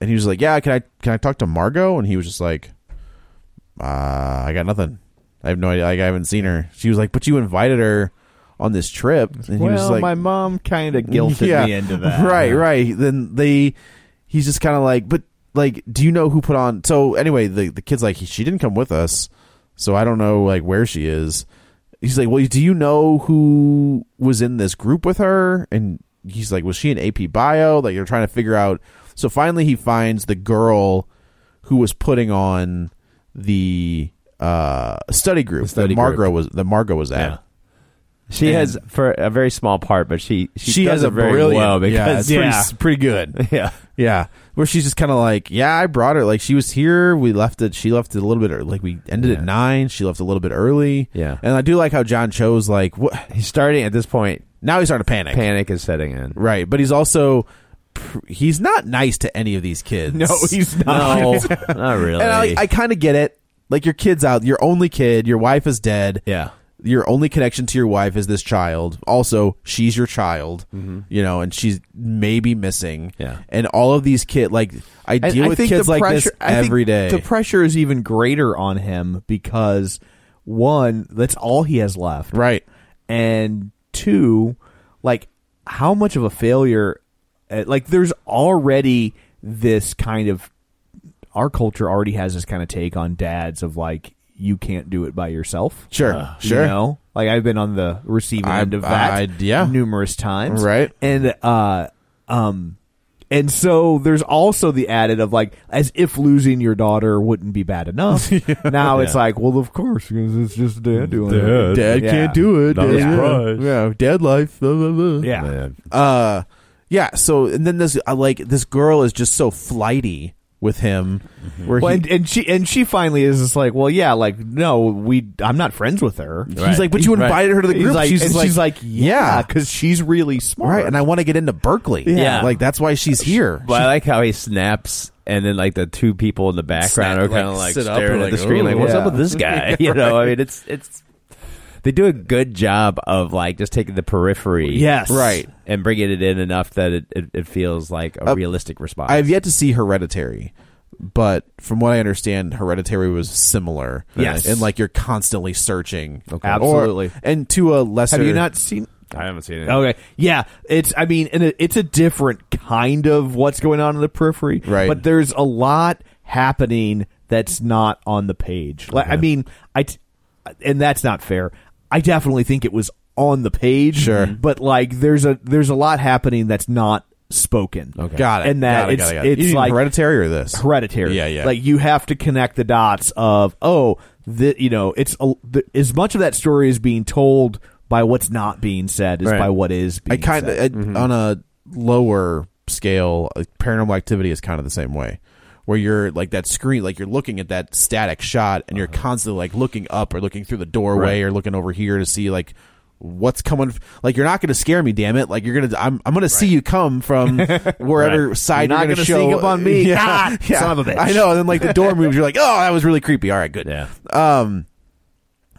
F: and he was like, "Yeah, can I can I talk to Margot?" And he was just like, uh, I got nothing. I have no idea. Like, I haven't seen her. She was like, but you invited her on this trip. And he
E: well,
F: was like,
E: my mom kind of guilted
F: Yeah.
E: me into that.
F: Right, right. Then they, he's just kind of like, but like, do you know who put on? So anyway, the, the kid's like, she didn't come with us. So I don't know like where she is. He's like, well, do you know who was in this group with her? And he's like, was she in AP bio? Like they're trying to figure out. So finally he finds the girl who was putting on the uh study group
G: study
F: that Margot was that Margot was at.
G: Yeah. She has for a very small part, but she she,
F: She
G: does
F: has
G: it
F: a
G: very
F: brilliant,
G: well
F: yeah,
G: because
F: it's pretty, s- pretty good.
G: yeah.
F: Yeah, where she's just kind of like, yeah, I brought her. Like she was here. We left it. She left it a little bit. ear- Like we ended at
G: Yeah.
F: nine. She left a little bit early.
G: Yeah.
F: and I do like how John Cho's like, what?
G: He's starting at this point.
F: Now he's starting to panic.
G: Panic is setting in.
F: Right, but he's also pr- he's not nice to any of these kids.
E: No, he's not.
G: No, not really.
F: And I, I kind of get it. Like your kid's out. Your only kid. Your wife is dead.
G: yeah,
F: your only connection to your wife is this child. Also, she's your child, you know, and she's maybe missing.
G: Yeah.
F: and all of these kids, like I
E: And
F: deal
E: I
F: with
E: think
F: kids
E: the
F: like
E: pressure,
F: this every day.
E: The pressure is even greater on him because one, that's all he has left,
F: right?
E: and two, like how much of a failure, uh, like there's already this kind of our culture already has this kind of take on dads of like you can't do it by yourself. Uh,
F: Sure, sure.
E: You know, like I've been on the receiving
F: I-
E: end of that
F: I- yeah.
E: numerous times,
F: Right.
E: And uh, um, and so there's also the added of like as if losing your daughter wouldn't be bad enough. Now it's like, well, of course, 'cause it's just dad doing it.
F: Dad
E: Yeah.
F: can't do it.
G: Not
F: Dad-
G: a
F: yeah.
G: surprise.
F: Yeah, dad life. blah, blah, blah.
E: Yeah.
F: Uh, yeah. So and then this, I like this girl is just so flighty with him. Where
E: Well,
F: he,
E: and, and she and she finally is just like, well, yeah, like no, we, I'm not friends with her.
F: He's like, but you invited her to the
E: He's
F: group.
E: like-
F: she's,
E: and
F: like,
E: she's like, yeah, because she's really smart.
F: right, and I want to get into Berkeley.
G: Yeah.
F: like that's why she's here.
G: But I like how he snaps, and then like the two people in the background are
F: Snap,
G: kind of
F: like,
G: like,
F: sit up
G: staring
F: and
G: at the
F: like,
G: screen,
F: ooh,
G: like, "What's up
F: yeah.
G: with this guy?" You know, I mean, it's it's they do a good job of like just taking the periphery,
E: Yes.
F: Right.
G: and bringing it in enough that it it, it feels like a realistic response.
F: I have yet to see Hereditary, but from what I understand, Hereditary was similar.
E: Yes.
F: and like you're constantly searching. Or-
E: Absolutely.
F: and to a lesser.
E: Have you not seen?
G: I haven't seen it.
E: Okay, yeah, it's. I mean, and it, it's a different kind of what's going on in the periphery,
F: Right.
E: But there's a lot happening that's not on the page. Like, I mean, I, t- and that's not fair. I definitely think it was on the page, Mm-hmm.
F: Sure.
E: but like there's a there's a lot happening that's not spoken. Okay,
F: Got it.
E: And that
F: Got it,
E: it's
F: got it, got it.
E: it's
F: You mean
E: like
F: Hereditary or this.
E: hereditary.
F: Yeah, yeah.
E: Like you have to connect the dots of oh, the, you know, it's a, the, as much of that story is being told by what's not being said is
G: Right.
E: by what is.
F: I
E: Being
F: kind
E: said.
F: of on a lower scale. uh, Paranormal Activity is kind of the same way. Where you're like that screen, like you're looking at that static shot, and you're
E: Uh-huh.
F: constantly like looking up or looking through the doorway or looking over here to see like what's coming. f- Like you're not going to scare me, damn it! Like you're gonna, I'm, I'm gonna see you come from wherever
E: You're
F: side you're,
E: not
F: going to
E: gonna
F: show
E: sneak up on me.
F: Yeah,
E: God,
F: yeah.
E: son of a bitch.
F: I know. And then like the door moves, you're like, oh, that was really creepy. All right, good.
G: Yeah.
F: Um,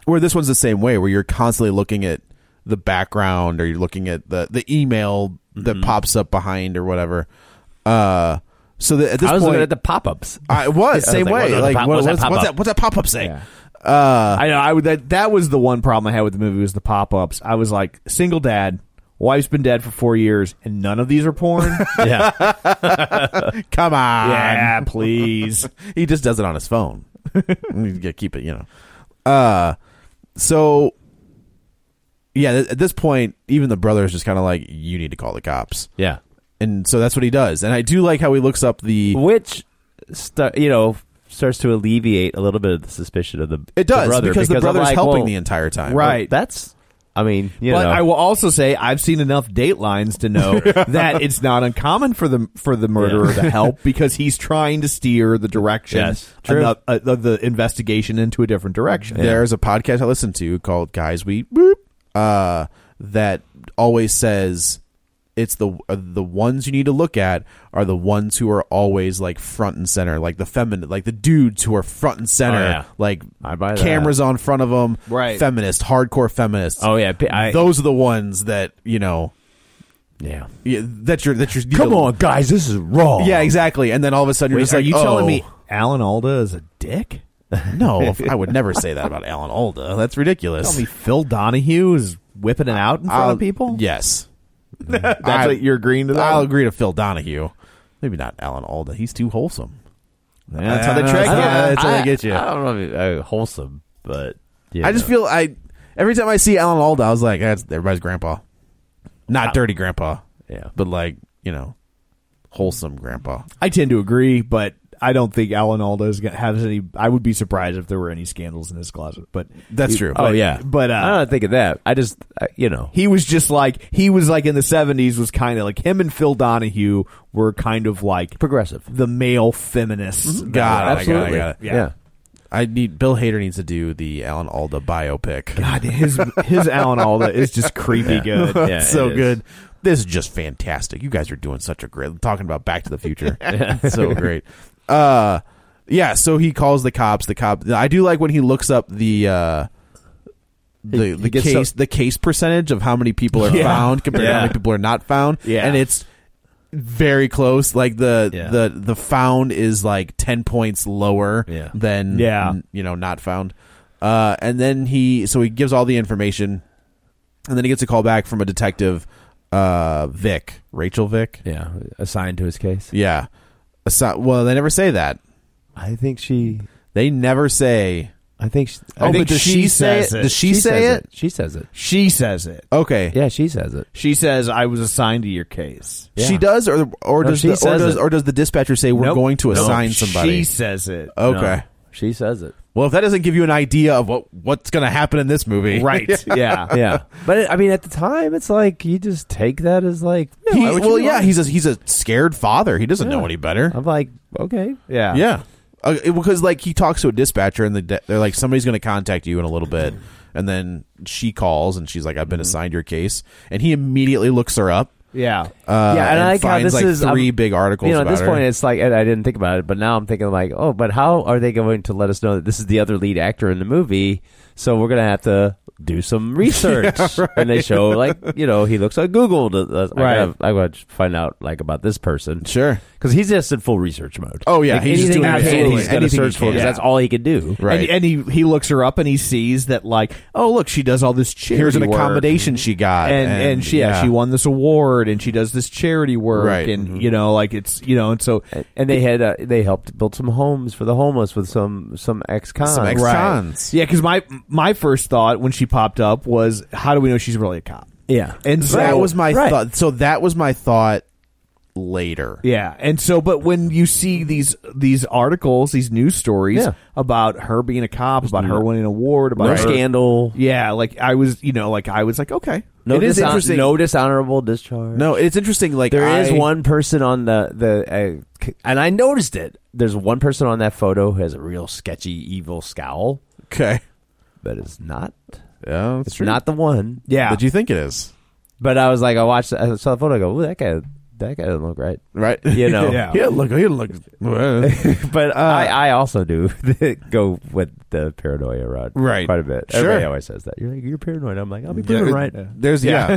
F: where this one's the same way, where you're constantly looking at the background or you're looking at the the email that
G: Mm-hmm.
F: pops up behind or whatever. Uh, so that at this
G: I was
F: point,
G: looking at the pop ups.
F: I was same
G: like, what
F: way.
G: was
F: Like,
G: that pop-
F: what-
G: what's that
F: what's, what's
G: pop-up?
F: that? What's that pop up saying? Uh,
E: I know. I would that that was the one problem I had with the movie was the pop ups. I was like single dad. Wife's been dead for four years, and none of these are porn.
G: Yeah,
F: Come on,
E: yeah, please.
F: he just does it on his phone. you gotta keep it, you know. Uh, so yeah, th- at this point, even the brother is just kind of like, you need to call the cops,
G: yeah.
F: and so that's what he does. And I do like how he looks up the.
G: Which, stu- you know, starts to alleviate a little bit of the suspicion of the
F: It
G: the
F: does
G: brother,
F: because the
G: I'm
F: brother's
G: like,
F: helping
G: well,
F: the entire time,
G: Right. That's I mean, you
E: but
G: know,
E: I will also say I've seen enough Datelines to know that it's not uncommon for the for the murderer to help because he's trying to steer the direction
G: Yes, true.
E: ano- uh, the, the investigation into a different direction.
F: There's a podcast I listen to called Guys We Boop uh, that always says it's the uh, the ones you need to look at are the ones who are always like front and center, like the feminine, like the dudes who are front and center,
G: Oh, yeah.
F: like
G: I buy that.
F: cameras on front of them,
E: Right.
F: Feminist, hardcore feminists.
G: Oh yeah, p- I,
F: those are the ones that you know.
G: yeah.
F: Yeah, that you're that you're. you
G: Come
F: know-
G: on, guys, this is wrong.
F: Yeah, exactly. And then all of a sudden you're
E: Wait,
F: just
E: are
F: like,
E: you telling
F: oh.
E: me Alan Alda is a dick?
F: No, if- I would never say that about Alan Alda. That's ridiculous.
E: Tell me Phil Donahue is whipping it out in front
F: I'll-
E: of people?
F: Yes.
E: That's
F: I-
E: what you're agreeing to that?
F: I'll agree to Phil Donahue. Maybe not Alan Alda. He's too wholesome.
E: That's how they
G: Uh,
F: I don't
E: track
F: know.
E: you.
F: Yeah, that's how they get you.
G: I don't know if it, uh, wholesome, but you
F: I just
G: know.
F: feel I every time I see Alan Alda, I was like, that's everybody's grandpa. Not dirty grandpa,
G: yeah.
F: but like, you know, wholesome grandpa.
E: I tend to agree, but I don't think Alan Alda is gonna has any. I would be surprised if there were any scandals in his closet, but
F: That's true.
G: Oh
E: but-
G: yeah,
E: but uh,
G: I don't think of that. I just uh, you know
E: he was just like he was like in the seventies was kind of like him and Phil Donahue were kind of like
G: progressive.
E: the male feminists.
F: Got it, I Mm-hmm. got it, I
G: Absolutely,
F: got it.
G: Yeah.
F: I need Bill Hader needs to do the Alan Alda biopic.
E: God, his his Alan Alda is just creepy good.
G: Yeah,
F: It's so
G: it is.
F: good. This is just fantastic. You guys are doing such a great. I'm talking about Back to the Future. so great. Uh, yeah. So he calls the cops. The cop. I do like when he looks up the uh, the the
G: gets
F: case the case percentage of how many people are found compared to how
G: Yeah.
F: many people are not found.
E: Yeah.
F: and it's very close. Like the
E: Yeah.
F: the the found is like ten points lower
G: Yeah.
F: than
E: Yeah.
F: n- you know not found. Uh, and then he so he gives all the information, and then he gets a call back from a detective, uh, Vic Rachel Vic.
G: yeah, assigned to his case.
F: Yeah, Asi- well they never say that.
G: I think she.
F: They never say.
G: I think. She,
F: Oh,
G: I think
F: but does
E: she
F: she say
E: says
F: it?
E: it.
F: Does she, say
G: says
F: it?
G: She says it.
E: She says it.
F: Okay.
G: Yeah, she says it.
E: She says I was assigned to your case.
G: Yeah.
F: She does, or or
G: No,
F: does
G: she
F: the, or
G: says
F: does
G: it.
F: or does the dispatcher say we're
E: Nope.
F: going to
E: Nope.
F: assign somebody?
E: She says it.
F: okay.
G: No, she says it.
F: Well, if that doesn't give you an idea of what what's going to happen in this movie,
E: Right. Yeah.
G: Yeah, but it, I mean, at the time, it's like you just take that as like.
F: He-
G: why would you
F: well,
G: do
F: yeah,
G: that?
F: he's a he's a scared father. He doesn't know
G: Yeah.
F: any better.
G: I'm like, okay,
E: Yeah.
F: Yeah, Uh, it- because like he talks to a dispatcher and the de- they're like somebody's going to contact you in a little bit, and then she calls and she's like, "I've been assigned your case," and he immediately looks her up.
E: Yeah.
F: Uh,
G: yeah, and, I like how
F: finds
G: this
F: like
G: is
F: 3
G: I'm-
F: big articles.
G: You know, at
F: about
G: this
F: her.
G: point, it's like and I didn't think about it, but now I'm thinking like, oh, but how are they going to let us know that this is the other lead actor in the movie? So we're gonna have to do some research, and they show like you know he looks like Google. Uh, I gotta,
E: Right.
G: I gotta find out like about this person
F: sure.
G: because he's just in full research mode.
F: Oh, yeah,
G: Like,
F: he's just
G: anything
F: doing
G: he can,
F: absolutely
G: he's gonna
F: anything he
G: search for
F: can.
G: because that's all he can do.
F: Right.
E: And, and he he looks her up and he sees that like oh look she does all this charity
F: Here's an
E: work.
F: accommodation she got,
E: and and, she yeah. she won this award and she does this charity work
F: Right. mm-hmm.
E: and you know like it's you know and so
G: And they had uh, they helped build some homes for the homeless with some some ex cons.
F: Some ex-cons.
E: yeah because my my first thought when she popped up was how do we know she's really a cop
G: Yeah.
E: and so
F: That was my
G: Right.
F: thought. So that was my thought later.
E: yeah and so but when you see these these articles these news stories
G: Yeah.
E: about her being a cop about her winning an award about
G: No
E: her-
G: scandal.
E: yeah like I was you know like I was like okay
G: No,
E: it is
G: dishon-
E: interesting
G: no dishonorable discharge.
F: No, it's interesting. Like
G: There is
F: I-
G: one person on the the, uh, c- and I noticed it. There's one person on that photo who has a real sketchy, evil scowl,
F: Okay.
G: but it's not.
F: Yeah, that's
G: It's not the one.
E: yeah
F: That you think it is.
G: But I was like, I watched, I saw the photo. I go, Ooh, that guy, that guy doesn't look right.
F: Right.
G: You know.
E: Yeah.
F: He look. He look.
G: But
F: uh,
G: I, I also do go with the paranoia route
F: Right.
G: quite a bit.
F: Sure.
G: Everybody always says that. You're like, you're paranoid. I'm like, I'll be proven right.
F: There's yeah.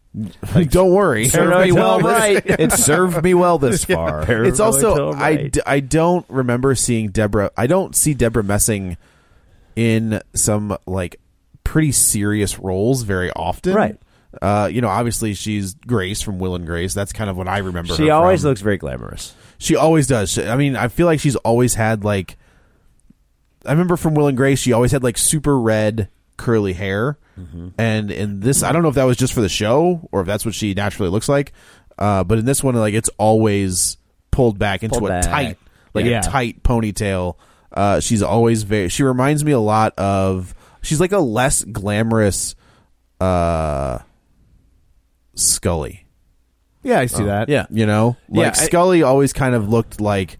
F: Don't worry.
G: Served me well right.
E: it served me well this far
F: It's also I, d- I don't remember seeing Deborah. I don't see Deborah Messing in some like pretty serious roles very often.
G: Right.
F: Uh, you know, obviously she's Grace from Will and Grace. That's kind of what I remember.
G: She
F: her
G: always
F: from.
G: looks very glamorous.
F: She always does. She- I mean, I feel like she's always had like. I remember from Will and Grace, she always had like super red curly hair,
G: Mm-hmm.
F: and in this, I don't know if that was just for the show or if that's what she naturally looks like, uh, but in this one, like it's always pulled back into
G: Pulled
F: a
G: back.
F: tight, like
E: Yeah.
F: a tight ponytail. Uh, she's always very. She reminds me a lot of. She's like a less glamorous uh, Scully.
E: Yeah, I
G: Oh,
E: see that.
F: Yeah, you know,
E: Yeah,
F: like
E: I-
F: Scully always kind of looked like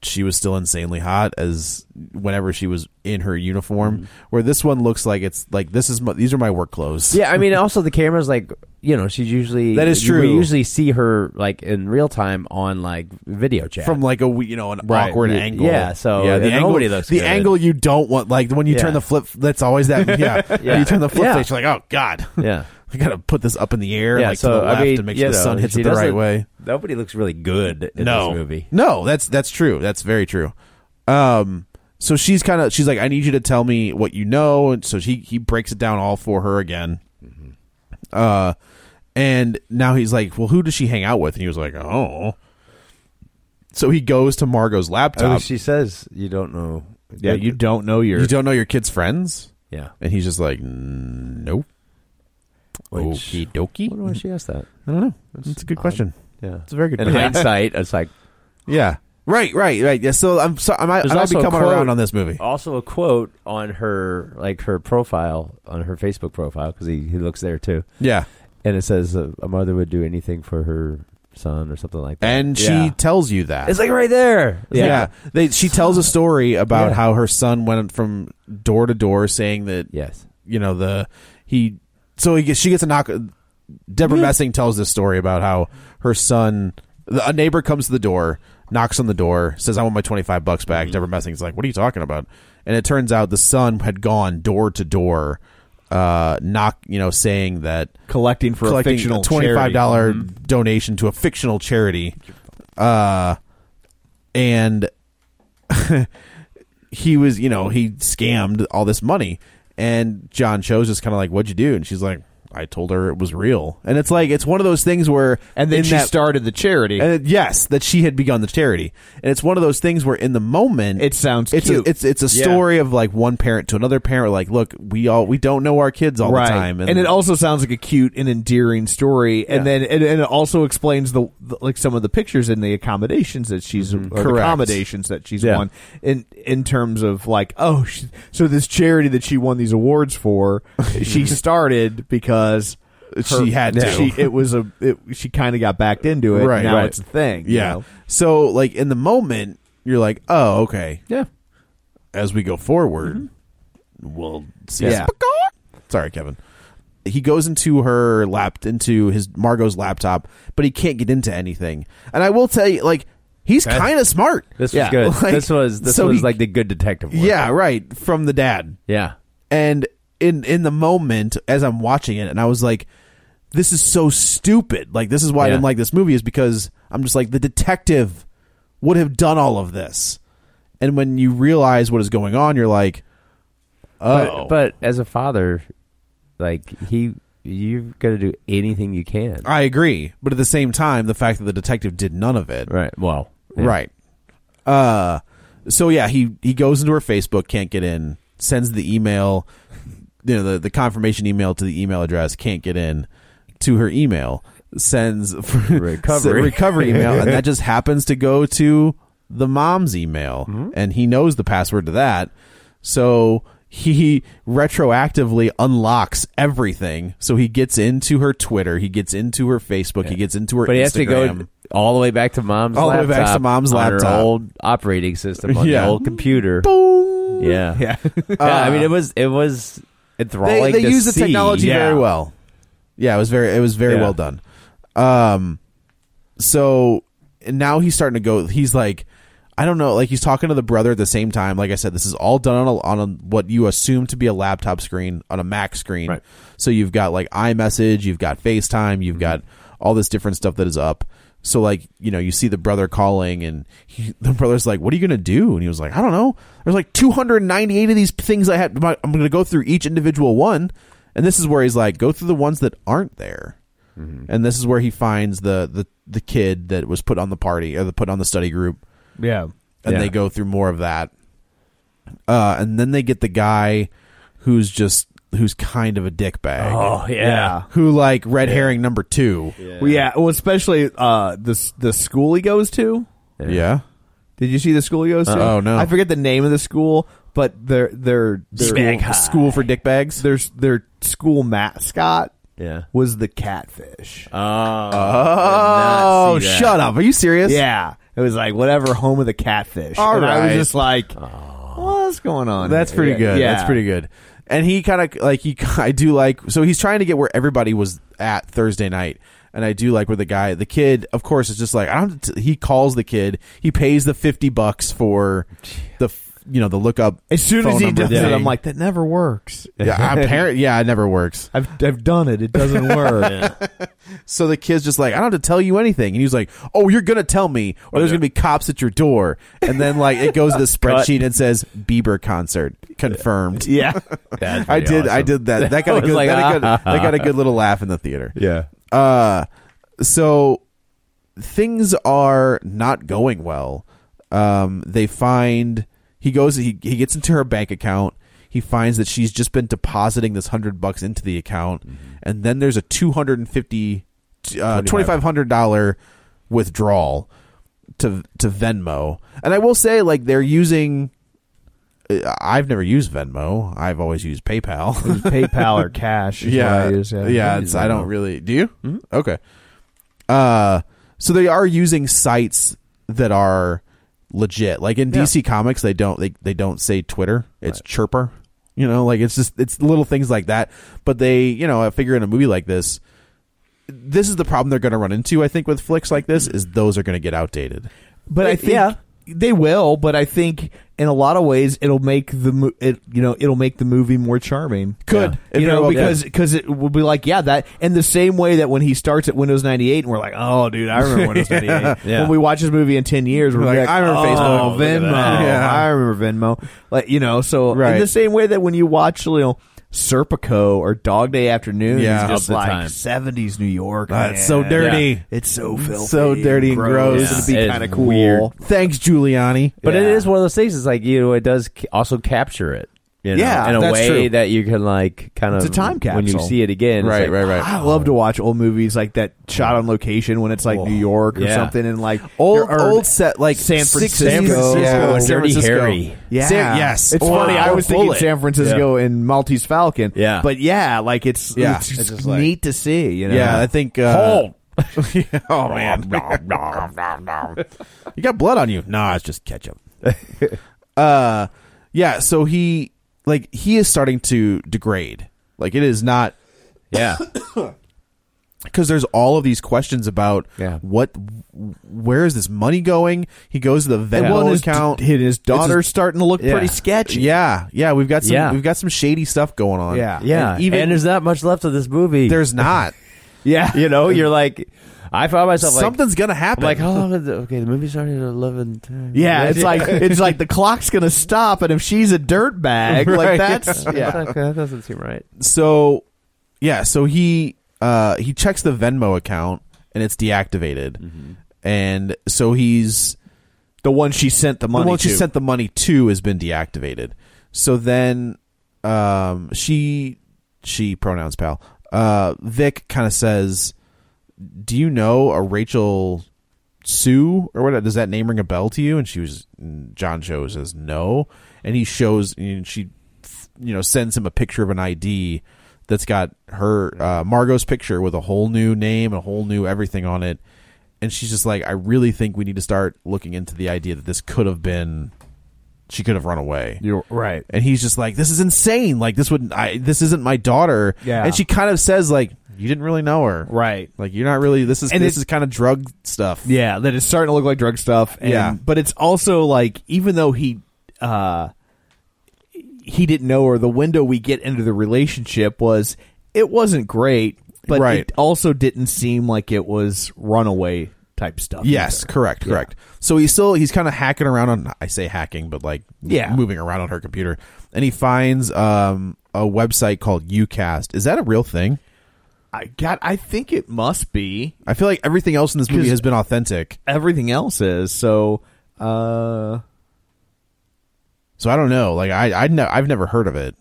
F: she was still insanely hot as whenever she was in her uniform. Where this one looks like it's like this is my, these are my work clothes.
G: Mm-hmm. Yeah, I mean, also the camera's like, you know, she's usually
F: That is
G: We
F: true.
G: usually see her like in real time on like video chat.
F: From like a we- you know an
G: Right.
F: awkward
G: Y-
F: angle,
G: yeah, so,
F: yeah,
G: uh,
F: the
G: nobody
F: angle,
G: looks
F: the
G: good.
F: angle you don't want, like when you
G: Yeah.
F: turn the flip, that's always that. Yeah,
G: Yeah.
F: you turn the flip
G: Yeah.
F: face, you're like, oh god,
G: yeah,
F: I gotta put this up in the air,
G: yeah.
F: like
G: so
F: to the left,
G: I mean,
F: to make
G: you
F: sure the
G: know,
F: sun hits
G: she
F: it the right
G: doesn't-
F: way.
G: Nobody looks really good in
F: no
G: this movie.
F: No, that's that's true. That's very true. Um, so she's kind of she's like, I need you to tell me what you know, and so he he breaks it down all for her again.
G: Mm-hmm.
F: Uh, and now he's like, well, who does she hang out with? And he was like, oh. So he goes to Margot's laptop.
G: Oh, she says you don't know.
E: Yeah, you don't know your.
F: you don't know your kid's friends,
G: Yeah.
F: and he's just like, nope.
G: Which-
F: Okie dokie.
G: Wonder why she asked that.
F: I don't know. That's a good question.
G: Yeah.
F: It's a very good.
G: In
F: question.
G: hindsight, it's like
F: Yeah. Right, right, right. Yeah, so I'm so I might,
G: There's
F: I might
G: also
F: be
G: a
F: coming
G: quote- Oh.
F: around on this movie.
G: also a quote on her like her profile on her Facebook profile because he, he looks there too,
F: Yeah.
G: and it says uh, a mother would do anything for her son or something like that.
F: And she
G: Yeah.
F: tells you that.
G: it's like right there. It's
F: yeah.
G: like-
F: They she tells a story about
G: Yeah.
F: how her son went from door to door saying that
G: yes.
F: you know the he so he gets, she gets a knock Deborah Messing tells this story about how her son the, a neighbor comes to the door knocks on the door says I want my 25 bucks back
G: Mm-hmm.
F: Deborah Messing's like what are you talking about and it turns out the son had gone door to door uh knock you know saying that
E: collecting for
F: collecting
E: a fictional
F: twenty-five dollar
E: charity. Mm-hmm.
F: donation to a fictional charity, uh, and he was, you know, he scammed all this money, and John Cho's just kind of like, "What'd you do?" And she's like, "I told her it was real," and it's like it's one of those things where,
E: And then
F: in
E: she
F: that-
E: started the charity.
F: and it- yes, that she had begun the charity, and it's one of those things where in the moment
E: It sounds
F: it's
E: cute.
F: A, it's it's a
E: Yeah.
F: story of like one parent to another parent, like, look, we all we don't know our kids all the time,
E: and, it also sounds like a cute and endearing story and
F: Yeah.
E: then and, and it also explains the, the like some of the pictures and the accommodations that she's or the
F: Mm-hmm. Correct.
E: accommodations that she's
F: Yeah.
E: won in in terms of like oh she, so this charity that she won these awards for she started because
F: She had to.
E: she, it was a it, she kind of got backed into it
F: Right,
E: now
F: right.
E: it's a thing you
F: Yeah.
E: know?
F: So like in the moment, you're like, oh, okay.
G: Yeah.
F: As we go forward, we'll see.
E: Yeah.
F: Sorry, Kevin. He goes into her lap into his Margot's laptop, but he can't get into anything. And I will tell you, like, he's kind of smart.
G: This was
E: Yeah,
G: good.
F: like-
G: this was this
F: so
G: was
F: he-
G: like the good detective. Work.
F: Yeah, right. From the dad.
G: yeah.
F: and in in the moment as I'm watching it, and I was like, "This is so stupid!" Like this is why I
G: Yeah.
F: didn't like this movie is because I'm just like the detective would have done all of this, and when you realize what is going on, you're like, "Oh,
G: But, but as a father, like he, you've got to do anything you can.
F: I agree." But at the same time, the fact that the detective did none of it,
G: Right. Well. yeah.
F: Right. Uh so yeah, he he goes into her Facebook, can't get in, sends the email, you know, the, the confirmation email to the email address, can't get in to her email, sends
G: Recovery.
F: recovery email, and that just happens to go to the mom's email,
G: Mm-hmm.
F: and he knows the password to that. So he retroactively unlocks everything. So he gets into her Twitter, he gets into her Facebook, he gets into her
G: But
F: Instagram.
G: he has to go all the way back to mom's
F: All the way
G: laptop.
F: back to mom's
G: on her
F: laptop.
G: old operating system on
F: Yeah.
G: the old computer.
F: Boom.
G: Yeah. Yeah. I mean, it was it was enthralling.
F: Uh, they, they
G: to
F: use the
G: see.
F: technology
G: Yeah.
F: very well. Yeah, it was very it was very
G: Yeah.
F: well done. Um, so and now he's starting to go. He's like, I don't know, like he's talking to the brother at the same time. Like I said, this is all done on a, on a, what you assume to be a laptop screen on a Mac screen.
G: Right.
F: So you've got like iMessage, you've got FaceTime, you've got all this different stuff that is up. So like you know you see the brother calling and he, the brother's like, "What are you gonna do?" And he was like, "I don't know. There's like 298 of these things I have. I'm gonna go through each individual one." And this is where he's like, "Go through the ones that aren't there." And this is where he finds the the the kid that was put on the party or the put on the study group
E: yeah
F: and
G: Yeah.
F: they go through more of that. Uh, and then they get the guy who's just who's kind of a dickbag.
G: Oh yeah.
F: Who like red herring number two?
E: Well, yeah well especially uh the s- the school he goes to
F: Yeah.
E: Did you see the school he goes to?
F: Uh-oh, no.
E: I forget the name of the school, but their their, their
F: Spag high. School for dick bags?
E: Their their school mascot
G: Yeah.
E: was the catfish.
F: Uh,
G: Oh,
F: Oh, shut up. Are you serious?
E: yeah, it was like whatever home of the catfish.
F: All
E: and I was
F: right. Uh,
E: just like, what's going on?
F: That's
E: here?
F: pretty
E: Yeah,
F: good.
E: Yeah,
F: That's pretty good. And he kind of like he I do like so he's trying to get where everybody was at Thursday night. And I do like where the guy, the kid, of course, is just like I don't. He calls the kid. He pays the fifty bucks for the, f- you know, the lookup.
E: As soon as
F: phone
E: he
F: number
E: does it,
F: thing.
E: I'm like, that never works.
F: yeah, apparently, yeah, it never works.
E: I've I've done it. It doesn't work.
F: So the kid's just like, I don't have to tell you anything. And he's like, Oh, you're gonna tell me, or there's gonna be cops at your door. And then like it goes to the spreadsheet and says Bieber concert confirmed.
E: yeah.
F: I did. I did that. That got a
G: was
F: good.
G: like,
F: that, got
G: ah,
F: a good that got a good little laugh in the theater.
E: Yeah.
F: Uh, so things are not going well. Um, they find he goes. He he gets into her bank account. He finds that she's just been depositing this hundred bucks into the account,
G: Mm-hmm.
F: and then there's a two hundred and fifty, uh, twenty five hundred dollar withdrawal to to Venmo. And I will say, like they're using. uh, I've never used Venmo. I've always used PayPal.
E: PayPal or cash. is what
F: yeah,
E: I Mm-hmm. use,
F: yeah, it's, I don't really. Do you? Okay. Uh, so they are using sites that are legit. Like in DC Comics, they don't they they don't say Twitter. It's Chirper. You know, like it's just it's little things like that. But they, you know, I figure in a movie like this, this is the problem they're going to run into. I think with flicks like this is those are going to get outdated.
E: But I think
G: Yeah.
E: they will. But I think in a lot of ways it'll make the mo- it you know it'll make the movie more charming.
F: Could. It
E: you
F: very
E: know
F: well
E: because because it will be like yeah that in the same way that when he starts at Windows ninety eight and we're like oh dude I remember Windows ninety eight
G: Yeah.
E: when we watch this movie in ten years we're
F: We're
E: like,
F: like, I remember
E: oh,
F: Facebook. Look at
E: Venmo
F: that. Yeah.
E: I remember Venmo like you know so in
F: Right.
E: the same way that when you watch you know. Serpico or Dog Day Afternoon
F: Yeah.
E: is
F: Of
E: just
G: the
E: like
G: time.
E: 70s New York.
F: Ah, it's so
E: man.
F: dirty.
E: It's so filthy.
F: so dirty and gross.
E: It'd be
G: Yeah, it
E: kind of
G: is
E: cool.
G: weird.
F: Thanks, Giuliani.
G: But it
E: Yeah.
G: is one of those things. It's like you know, it does ca- also capture it. You know,
E: Yeah,
G: in a
E: that's
G: way
E: true.
G: that you can like kind of
E: It's a time
G: when you
E: capsule.
G: see it again. it's
F: Right,
G: like,
F: right, right.
E: I love to watch old movies like that shot on location when it's like New York or
G: Yeah.
E: something and like
F: Oh, Old
E: or-
F: old set like
E: San
F: 60s,
E: Francisco.
F: San Francisco,
E: Yeah.
F: San
G: Dirty
F: Francisco.
G: Harry.
E: Yeah.
F: San- yes.
E: It's
F: Or-
E: funny. I
F: or
E: was thinking
F: Bullet.
E: San Francisco and Maltese Falcon.
G: Yeah.
E: But yeah, like it's
F: Yeah.
E: it's,
F: It's
E: just
F: just like-
E: neat to see, you know.
F: Yeah, I think. Uh,
G: Hold.
F: Yeah, oh man, you got blood on you. Nah, it's just ketchup. uh, yeah. So he like he is starting to degrade. Like it is not
G: Yeah,
F: because there's all of these questions about
G: Yeah.
F: what, where is this money going? He goes to the
E: And
F: Venmo
E: one is-
F: account.
E: his, daughter's
F: It's
E: starting to look
G: Yeah.
E: pretty sketchy.
F: Yeah, yeah. We've got some.
G: Yeah.
F: We've got some shady stuff going on.
E: Yeah.
G: yeah.
F: And
G: And,
F: even
G: there's not much left of this movie.
F: there's not.
E: Yeah.
G: you know, you're like, I found myself like,
F: Something's gonna happen.
G: I'm like, "Oh, how long? Is the, okay, the movie started at eleven. times.
E: Yeah, it's like it's like the clock's gonna stop, and if she's a dirtbag, like
F: Right.
E: that's yeah,
G: Okay, that doesn't seem right.
F: so yeah so he uh he checks the venmo account and it's deactivated and so he's
E: the one she sent the money.
F: the one she
E: to.
F: sent the money to has been deactivated so then um she she pronouns pal uh vic kind of says do you know a rachel sue or what does that name ring a bell to you and she was and john cho says no and he shows and she you know sends him a picture of an id that's got her uh margot's picture with a whole new name and a whole new everything on it and she's just like i really think we need to start looking into the idea that this could have been she could have run away
E: You're right.
F: and he's just like this is insane like this would i this isn't my daughter
E: Yeah.
F: and she kind of says like you didn't really know her
E: Right.
F: like you're not really this is
E: And
F: this
E: it-
F: is kind of drug stuff
E: Yeah, that is starting to look like drug stuff. And,
F: Yeah.
E: but it's also like even though he uh he didn't know her, the window we get into the relationship was it wasn't great, but
F: Right.
E: it also didn't seem like it was runaway type stuff.
F: Yes,
E: either.
F: correct, correct. So he's still he's kind of hacking around on I say hacking, but like
E: Yeah.
F: moving around on her computer, and he finds um a website called UCast. Is that a real thing?
E: I God, I think it must be.
F: I feel like everything else in this movie
E: 'Cause-
F: has been authentic,
E: Everything else is. So uh
F: so I don't know. Like I I know I've never heard of it.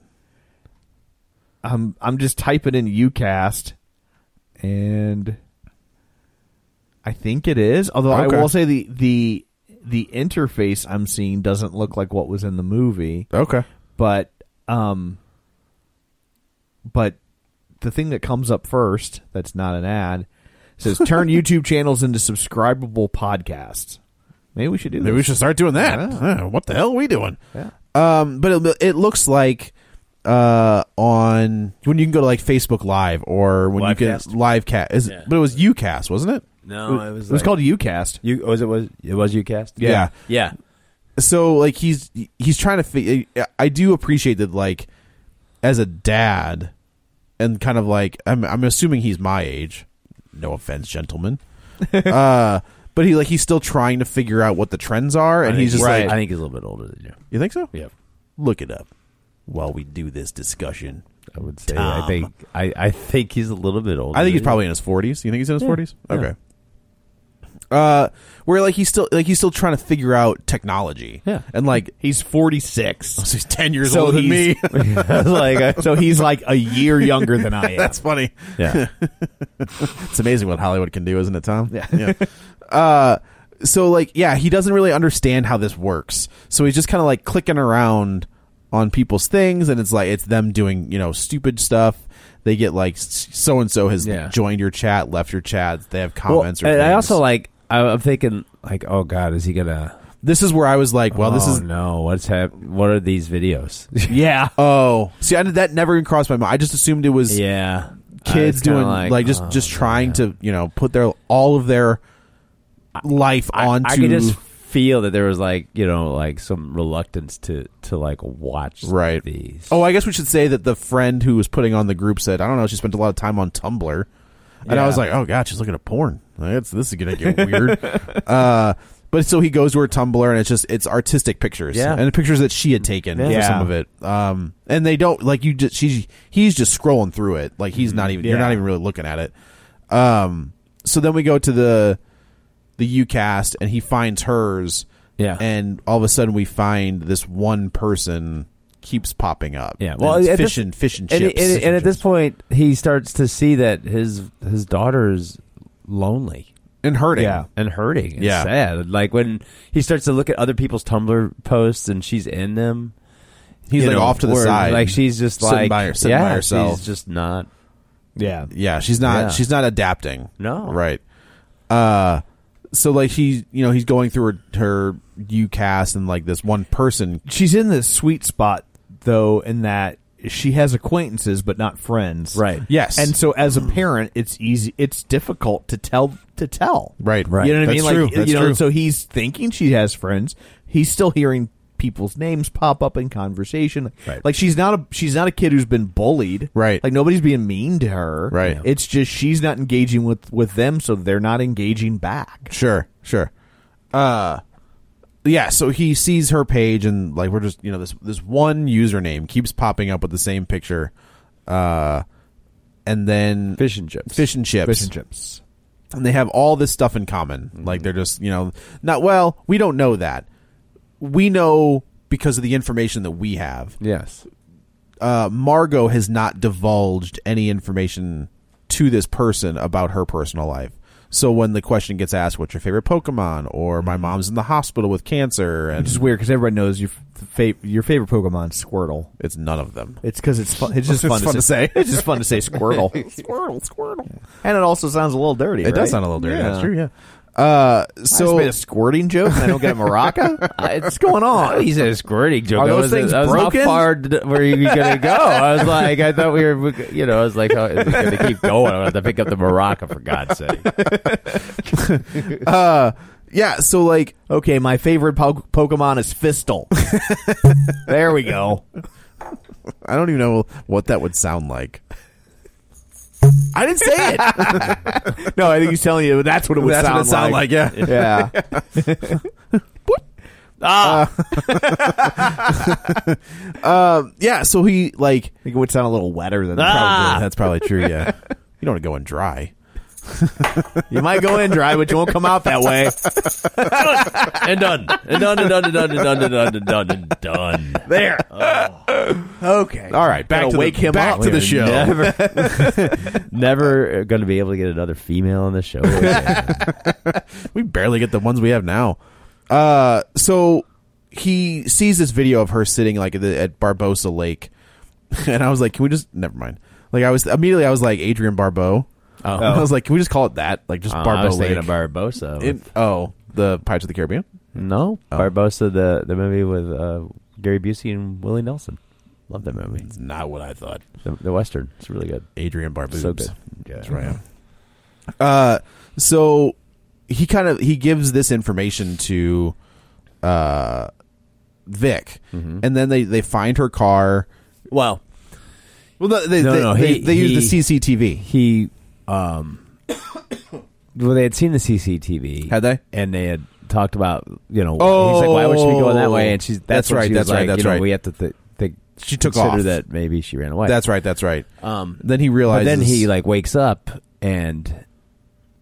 E: I'm I'm just typing in UCast and I think it is. Although
F: Okay.
E: I will say the the the interface I'm seeing doesn't look like what was in the movie,
F: Okay.
E: but um, but the thing that comes up first that's not an ad says turn YouTube channels into subscribable podcasts. Maybe we should do.
F: Maybe we
E: this.
F: should start doing that.
E: Yeah.
F: Huh, what the hell are we doing?
E: Yeah.
F: Um, but it, it looks like uh, on when you can go to like Facebook Live or when you
G: Livecast.
F: can live cat. Is,
G: Yeah.
F: But it was UCast, wasn't it?
G: No, it was.
E: It was called UCast.
G: You was it was it was UCast?
F: Yeah.
G: yeah.
F: So like he's he's trying to. Fi- I do appreciate that like as a dad and kind of like I'm I'm assuming he's my age. No offense, gentlemen. uh, but he like he's still trying to figure out what the trends are, and he's just
G: I
F: like,
G: think he's a little bit older than you.
F: you think so?
G: Yeah,
F: Look it up while we do this discussion.
G: I would say. I think I, I think he's a little bit older.
F: I think
G: than
F: he's
G: you.
F: probably in his forties. You think he's in his forties? Okay. Uh, where like he's still like he's still trying to figure out technology.
G: Yeah.
F: and like
E: He's 46.
F: Oh, he's ten years
E: So
F: older than me.
E: he's- like so he's like a year younger than I am.
F: That's funny.
G: Yeah,
F: It's amazing what Hollywood can do, isn't it, Tom? Yeah. uh, so like, yeah, he doesn't really understand how this works. So he's just kind of like clicking around on people's things, and it's like it's them doing you know stupid stuff. They get like so and so has
G: Yeah.
F: joined your chat, left your chat. They have comments.
G: Well,
F: or
G: and I
F: things.
G: also like. I, I'm thinking like, oh God, is he gonna?
F: This is where I was like, well, this
G: oh,
F: is
G: no. What's hap- What are these videos?
E: yeah.
F: oh, see, I, that never even crossed my mind. I just assumed it was
G: yeah, Uh,
F: kids doing like, just just
G: oh,
F: trying to you know put their all of their life
G: I,
F: onto.
G: I could just feel that there was like you know like some reluctance to to like watch
F: Right.
G: these.
F: Oh, I guess we should say that the friend who was putting on the group said, I don't know, she spent a lot of time on Tumblr. And I
G: Yeah.
F: was like, oh, God, she's looking at porn. That's, this is going to get weird. uh, but so he goes to her Tumblr and it's just, it's artistic pictures.
G: Yeah.
F: And pictures that she had taken for
E: Yeah.
F: some of it. Um, and they don't, like, you just, she's, he's just scrolling through it. Like, he's not even, you're
E: Yeah.
F: not even really looking at it. Um, so then we go to the, the UCast and he finds hers.
G: Yeah.
F: And all of a sudden we find this one person keeps popping up.
G: Yeah,
F: well,
G: well,
F: it's
G: at
F: fish
G: this-
F: and fish and
G: and,
F: chips.
G: and- and at this point, he starts to see that his his daughter's lonely
F: and hurting.
E: Yeah.
G: and hurting. And
F: Yeah.
G: sad. Like when he starts to look at other people's Tumblr posts and she's in them.
F: he's
G: you
F: like
G: know,
F: off to the
G: where,
F: side.
G: Like she's just
F: Sitting
G: like
F: by her- sitting
G: yeah,
F: by herself.
G: She's just not.
E: Yeah.
F: yeah, she's not.
G: Yeah.
F: She's not adapting.
G: No.
F: right. Uh, so like he, you know, he's going through her, her UCAS and like this one person.
E: She's in this sweet spot though in that she has acquaintances but not friends.
G: Right.
F: Yes,
E: And so as a
F: Mm.
E: parent, it's easy it's difficult to tell to tell.
F: right, right.
E: You know what
F: That's
E: I mean?
F: True.
E: Like
F: That's
E: you know,
F: true.
E: so he's thinking she has friends. He's still hearing people's names pop up in conversation.
F: Right.
E: Like she's not a she's not a kid who's been bullied.
F: Right.
E: Like nobody's being mean to her.
F: Right.
E: It's just she's not engaging with with them, so they're not engaging back.
F: Sure, sure. Uh yeah, so he sees her page and like we're just you know, this this one username keeps popping up with the same picture. Uh and then
G: Fish and chips.
F: Fish and chips.
E: Fish and chips.
F: And they have all this stuff in common. Like they're just, you know, not well, we don't know that. We know because of the information that we have.
G: Yes.
F: Uh Margot has not divulged any information to this person about her personal life. So when the question gets asked, "What's your favorite Pokemon?" or
E: Mm-hmm.
F: "My mom's in the hospital with cancer," and
E: Which is weird because everybody knows your f- fav- your favorite Pokemon Squirtle.
F: It's none of them.
E: It's because it's fun. It's just
F: It's
E: fun,
F: fun
E: to,
F: to
E: say. It's just fun to say Squirtle. Squirtle, Squirtle. And it also sounds a little dirty.
F: It does sound a little dirty. That's true. Yeah. Uh,
E: So I just
F: so
E: made a squirting joke and I don't get a maraca. Uh, What's going on?
G: He said squirting joke.
E: Are
G: I
E: those
G: was-
E: things
G: I was,
E: broken?
G: How far d- were you gonna go? I was like, I thought we were, you know, I was like, oh, is it gonna keep going? I'm gonna have to pick up the maraca for God's sake.
F: yeah. So like,
E: Okay, my favorite po- Pokemon is Fistle. there we go.
F: I don't even know what that would sound like. I didn't say it.
E: No, I think he's telling you that's what it would
F: That's
E: sound
F: what it sounded like. Yeah.
E: Yeah.
F: Yeah. So he like. Ah.
E: I think it would sound a little wetter than
F: Probably, that's probably true. Yeah. you don't want to go in dry.
E: probably. You might go in dry, but you won't come out that way.
G: and done, and done, and done, and done, and done, and done, and done, and done.
E: There. Okay.
F: Oh. All right. Back
E: Gotta
F: to
E: wake
F: the,
E: him
F: back
E: up.
F: to the
E: We're
F: show.
G: Never gonna be able to get another female on the show. again.
F: we barely get the ones we have now. Uh, so he sees this video of her sitting like at, the, at Barbosa Lake, and I was like, "Can we just never mind?" Like I was immediately, I was like, "Adrian Barbeau."
G: Oh.
F: And I was like, "Can we just call it that?" Like just
G: Uh,
F: Barbeau
G: I was
F: Lake.
G: thinking of Barbosa.
F: It- oh, the Pirates of the Caribbean.
G: no, Barbosa, the the movie with uh, Gary Busey and Willie Nelson. Love that movie.
F: It's not what I thought.
G: The, the western. It's really good.
F: Adrian Barboobs.
G: So good.
F: That's right. Uh, so he kind of he gives this information to uh, Vic, and then they they find her car.
G: Well,
F: Well, no, they
G: No,
F: they,
G: no,
F: they,
G: he-
F: they use
G: he-
F: the CCTV.
G: he um well they had seen the CCTV.
F: Had they?
G: And they had talked about, you know,
F: Oh.
G: he's like why would she be going that way and she's that's,
F: That's
G: when
F: right,
G: she was
F: that's right,
G: like,
F: that's
G: you know,
F: right.
G: we have to th- think
F: She took
G: consider
F: off.
G: that maybe she ran away.
F: That's right. That's right.
G: um
F: Then he
G: but
F: realizes.
G: then he like wakes up and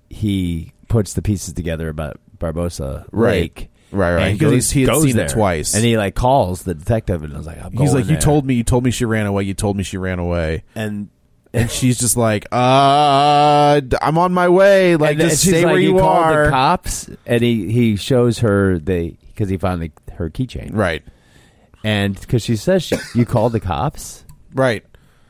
G: he puts the pieces together about Barbosa
F: Right.
G: Lake.
F: Right, right.
G: and
F: Because
G: goes-
F: he had
G: goes
F: seen it
G: there.
F: twice.
G: and he like calls the detective, and I was like, I'm
F: he's
G: going
F: like, "You
G: there."
F: told me. You told me she ran away. You told me she ran away."
G: and
F: And she's just like, "Uh, d- I'm on my way. Like,
G: And then
F: just
G: she's
F: stay
G: like,
F: where
G: he
F: you
G: called
F: are."
G: The cops, and he he shows her the because he found the, her keychain,
F: Right.
G: And because she says she, you called the cops
F: Right.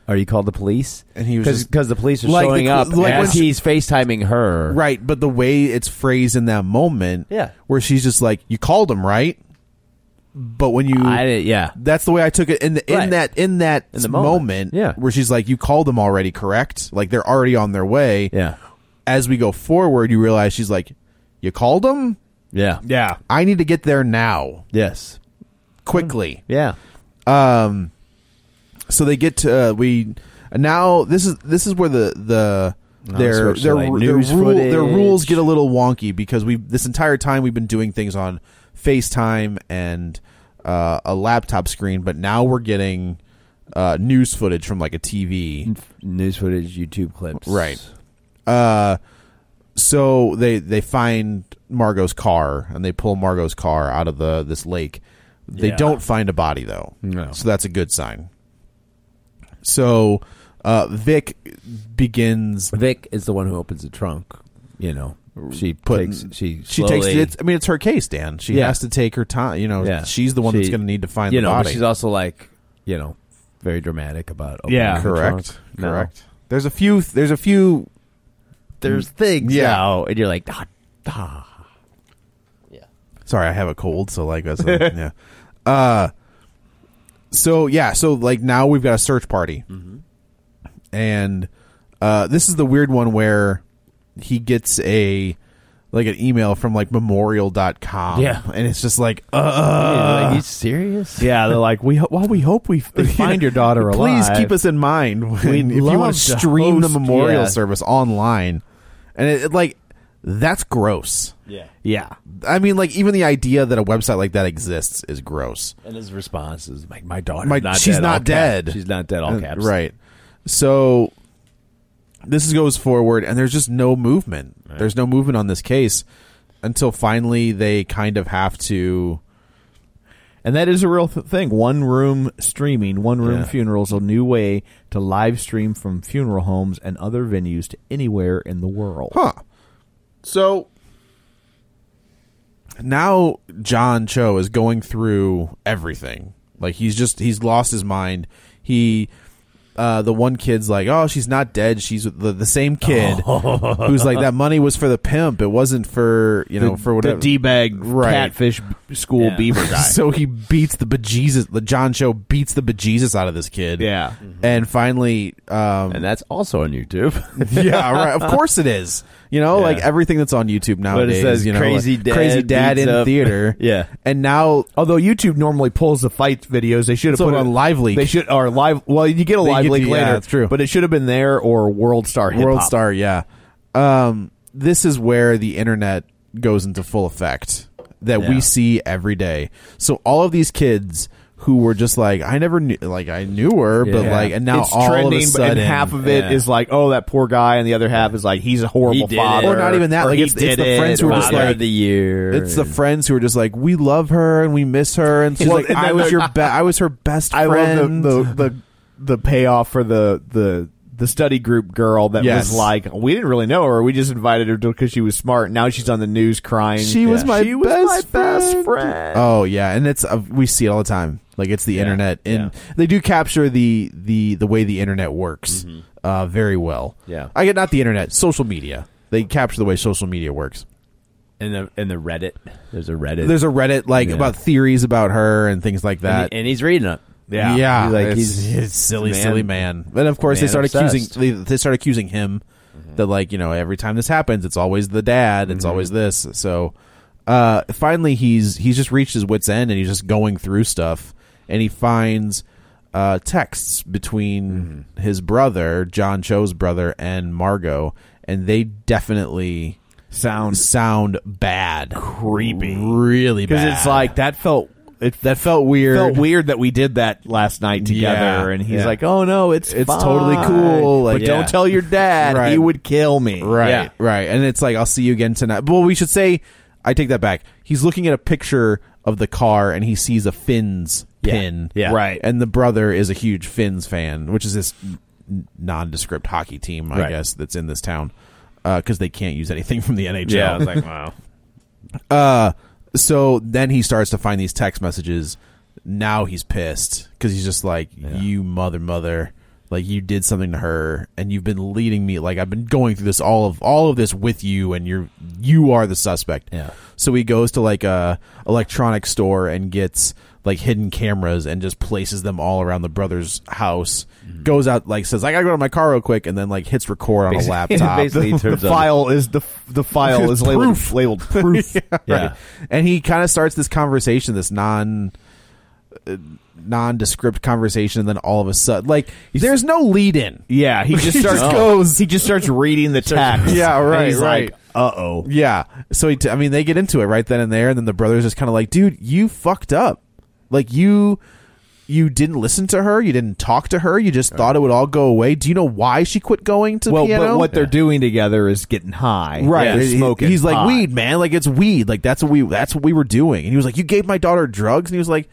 G: or you called the police,
F: And he was just-
G: because the police are
F: Like the
G: showing
F: cl-
G: up
F: like when
G: as
F: she-
G: he's facetiming her,
F: Right, but the way it's phrased in that moment,
G: Yeah.
F: where she's just like, "You called him, right?" But when you,
G: I didn't- yeah,
F: that's the way I took it in the, in
G: Right.
F: that in that
G: In the
F: moment,
G: moment. Yeah.
F: where she's like, "You called them already, correct?" Like they're already on their way.
G: yeah,
F: As we go forward, you realize she's like, "You called them?
G: yeah,
E: Yeah.
F: I need to get there now,
G: yes,
F: quickly."
G: yeah,
F: Um, so they get to uh, we now. This is this is where the the
G: this
F: their
G: works
F: their,
G: like
F: their,
G: news
F: rule, their
G: footage.
F: rules get a little wonky because we this entire time we've been doing things on FaceTime and uh, a laptop screen, but now we're getting uh, news footage from like a TV.
G: news footage, YouTube clips,
F: Right. Uh, so they they find Margot's car and they pull Margot's car out of the this lake. They
G: Yeah.
F: don't find a body though,
G: No.
F: so that's a good sign. So uh, Vic begins.
G: Vic is the one who opens the trunk. You know, she
F: Put-
G: takes she
F: She takes
G: slowly-
F: it. I mean, it's her case, Dan. She
G: Yeah.
F: has to take her time. You know,
G: Yeah.
F: she's the one that's
G: She-
F: going to need to find
G: you
F: the
G: know, but
F: body.
G: she's also like, you know, very dramatic about opening
E: Yeah.
G: the
F: correct.
G: trunk. No.
F: Correct. There's a few. There's a few.
G: There's things
F: Yeah.
G: yeah. now, and you're like, ah, ah.
F: Sorry, I have a cold, so like, that's yeah. Uh, so yeah, so like now we've got a search party,
E: Mm-hmm.
F: and uh, this is the weird one where he gets a like an email from like memorial.com
G: Yeah.
F: and it's just like uh
G: like, you serious?
E: Yeah, they're like, we ho- well, we hope we f- they find your daughter alive.
F: please keep us in mind when, if you
E: love
F: want
E: to
F: to stream
E: host-
F: the memorial
E: yeah.
F: service online and it, it, like that's gross
G: Yeah.
E: Yeah,
F: i mean like even the idea that a website like that exists is gross
G: And his response is like, my daughter,
F: My-
G: not
F: she's
G: dead,
F: not
G: all caps.
F: dead.
G: She's not dead. All
F: Uh,
G: caps.
F: Right. So this is- goes forward, and there's just no movement. There's no movement on this case until finally they kind of have to.
E: and that is a real th- thing. One room streaming, one room
F: Yeah.
E: funerals, a new way to live stream from funeral homes and other venues to anywhere in the world.
F: Huh. So now John Cho is going through everything. Like he's just he's lost his mind. He uh the one kid's like, "Oh, she's not dead. She's the, the same kid who's like that money was for the pimp. It wasn't for, you know, for whatever
E: d-bag
F: Right.
E: catfish b- school
G: Yeah.
E: beaver guy.
F: So he beats the bejesus. The John Cho beats the bejesus out of this kid.
E: Yeah.
F: and finally, um,
G: And that's also on YouTube.
F: yeah, right. Of course it is. You know, like everything that's on YouTube
G: But
F: nowadays.
G: it says
F: you know,
G: crazy
F: like,
G: dad
F: crazy dad
G: beats
F: in
G: up-
F: theater.
G: Yeah.
F: and now
E: Although YouTube normally pulls the fight videos, they should have
F: So
E: put it
F: on Live Leak.
E: They should or live. Well, you get a
F: They
E: live
F: get
E: leak
F: the- yeah,
E: later.
F: that's true.
E: but it should have been there or World Star. Hip
F: World
E: Hop.
F: Star. Yeah, um, this is where the internet goes into full effect that we
G: Yeah.
F: see every day. So all of these kids. Who were just like I never knew, like I knew her, but
G: Yeah.
F: like, and now
E: it's
F: all
E: trending,
F: of
E: but-
F: a sudden,
E: and half of it is
G: yeah.
E: like, oh, that poor guy, and the other half is like, he's a horrible
G: did it.
E: father,
F: Or not even that,
E: or
F: like,
E: he
F: it's- it's
E: did
F: the
E: it,
F: friends who
E: or
F: were
E: blah,
F: just
E: blah,
G: Father
F: like-
G: of the year.
F: It's the
G: and-
F: friends who are just like, we love her and we miss her, and she's
E: Well,
F: like,
E: and
F: I
E: then
F: was
E: the-
F: your be- I was her best
E: I
F: friend.
E: love the, the the the payoff for the the the study group girl that
F: Yes.
E: was like, we didn't really know her. We just invited her because she was smart. Now she's on the news crying.
F: She was my
E: she was my
F: best
E: best
F: friend.
E: friend.
F: Oh yeah, and it's uh, we see it all the time. Like it's the internet, and
E: yeah.
F: they do capture the the the way the internet works uh, very well.
G: Yeah.
F: I get not the internet, social media. They capture the way social media works.
G: in the in the Reddit. There's a Reddit.
F: There's a Reddit like
G: Yeah.
F: about theories about her and things like
G: and,
F: that.
G: he- and he's reading it.
E: Yeah.
F: yeah,
G: He's like
F: it's-
G: he's
F: it's silly,
G: man-
F: silly man. And of course, they
G: man
F: start
G: obsessed.
F: accusing they, they start accusing him
E: Mm-hmm.
F: that like you know every time this happens, it's always the dad, it's always this. So uh, finally, he's he's just reached his wits end, and he's just going through stuff, and he finds uh, texts between
E: Mm-hmm.
F: his brother, John Cho's brother, and Margot, and they definitely
E: Sounds
F: sound bad,
E: Creepy.
F: really
E: because
F: bad.
E: it's like that felt it
F: that felt weird.
E: felt weird that we did that last night together.
F: Yeah.
E: and he's
F: Yeah.
E: like, oh no, it's
F: It's
E: fine.
F: totally cool. Like,
E: but don't
F: yeah.
E: tell your dad.
F: Right.
E: He would kill me.
F: Right,
E: Yeah.
F: right. And it's like, I'll see you again tonight. Well, we should say, I take that back. He's looking at a picture of the car and he sees a Finns pin.
E: yeah. Right.
F: And the brother is a huge Finns fan, which is this n- nondescript hockey team, I
E: Right.
F: guess, that's in this town because they can't use anything from the NHL.
E: Yeah, I was like, wow.
F: Uh, so then he starts to find these text messages. Now he's pissed because he's just like, "You mother, mother! Like you did something to her, and you've been leading me. Like I've been going through this all of all of this with you, and you're you are the suspect."
G: Yeah.
F: So he goes to like a electronic store and gets like hidden cameras and just places them all around the brother's house.
G: Mm-hmm.
F: Goes out like says, "I gotta go to my car real quick," and then like hits record on a
G: Basically-
F: laptop.
G: basically
E: the,
G: in terms of-
E: file is the the file is labeled
F: Proof.
E: labeled proof.
G: Yeah.
F: Right. And he kind of starts this conversation, this non uh, nondescript conversation, and then all of a sudden, like, there's no lead in.
E: Yeah, he just starts goes. He just starts reading the text.
F: Yeah, right,
E: And he's
F: right.
E: like, uh oh.
F: Yeah. So, he t- I mean, they get into it right then and there, and then the brother's just kind of like, dude, you fucked up. Like, you. You didn't listen to her. You didn't talk to her. You just thought it would all go away. Do you know why she quit going to
E: Well,
F: piano?
E: but what they're doing together is getting high.
F: Right.
E: They're
F: He-
E: smoking.
F: He's like
E: pot.
F: weed, man. Like it's weed. Like that's what we that's what we were doing. And he was like, "You gave my daughter drugs." And he was like,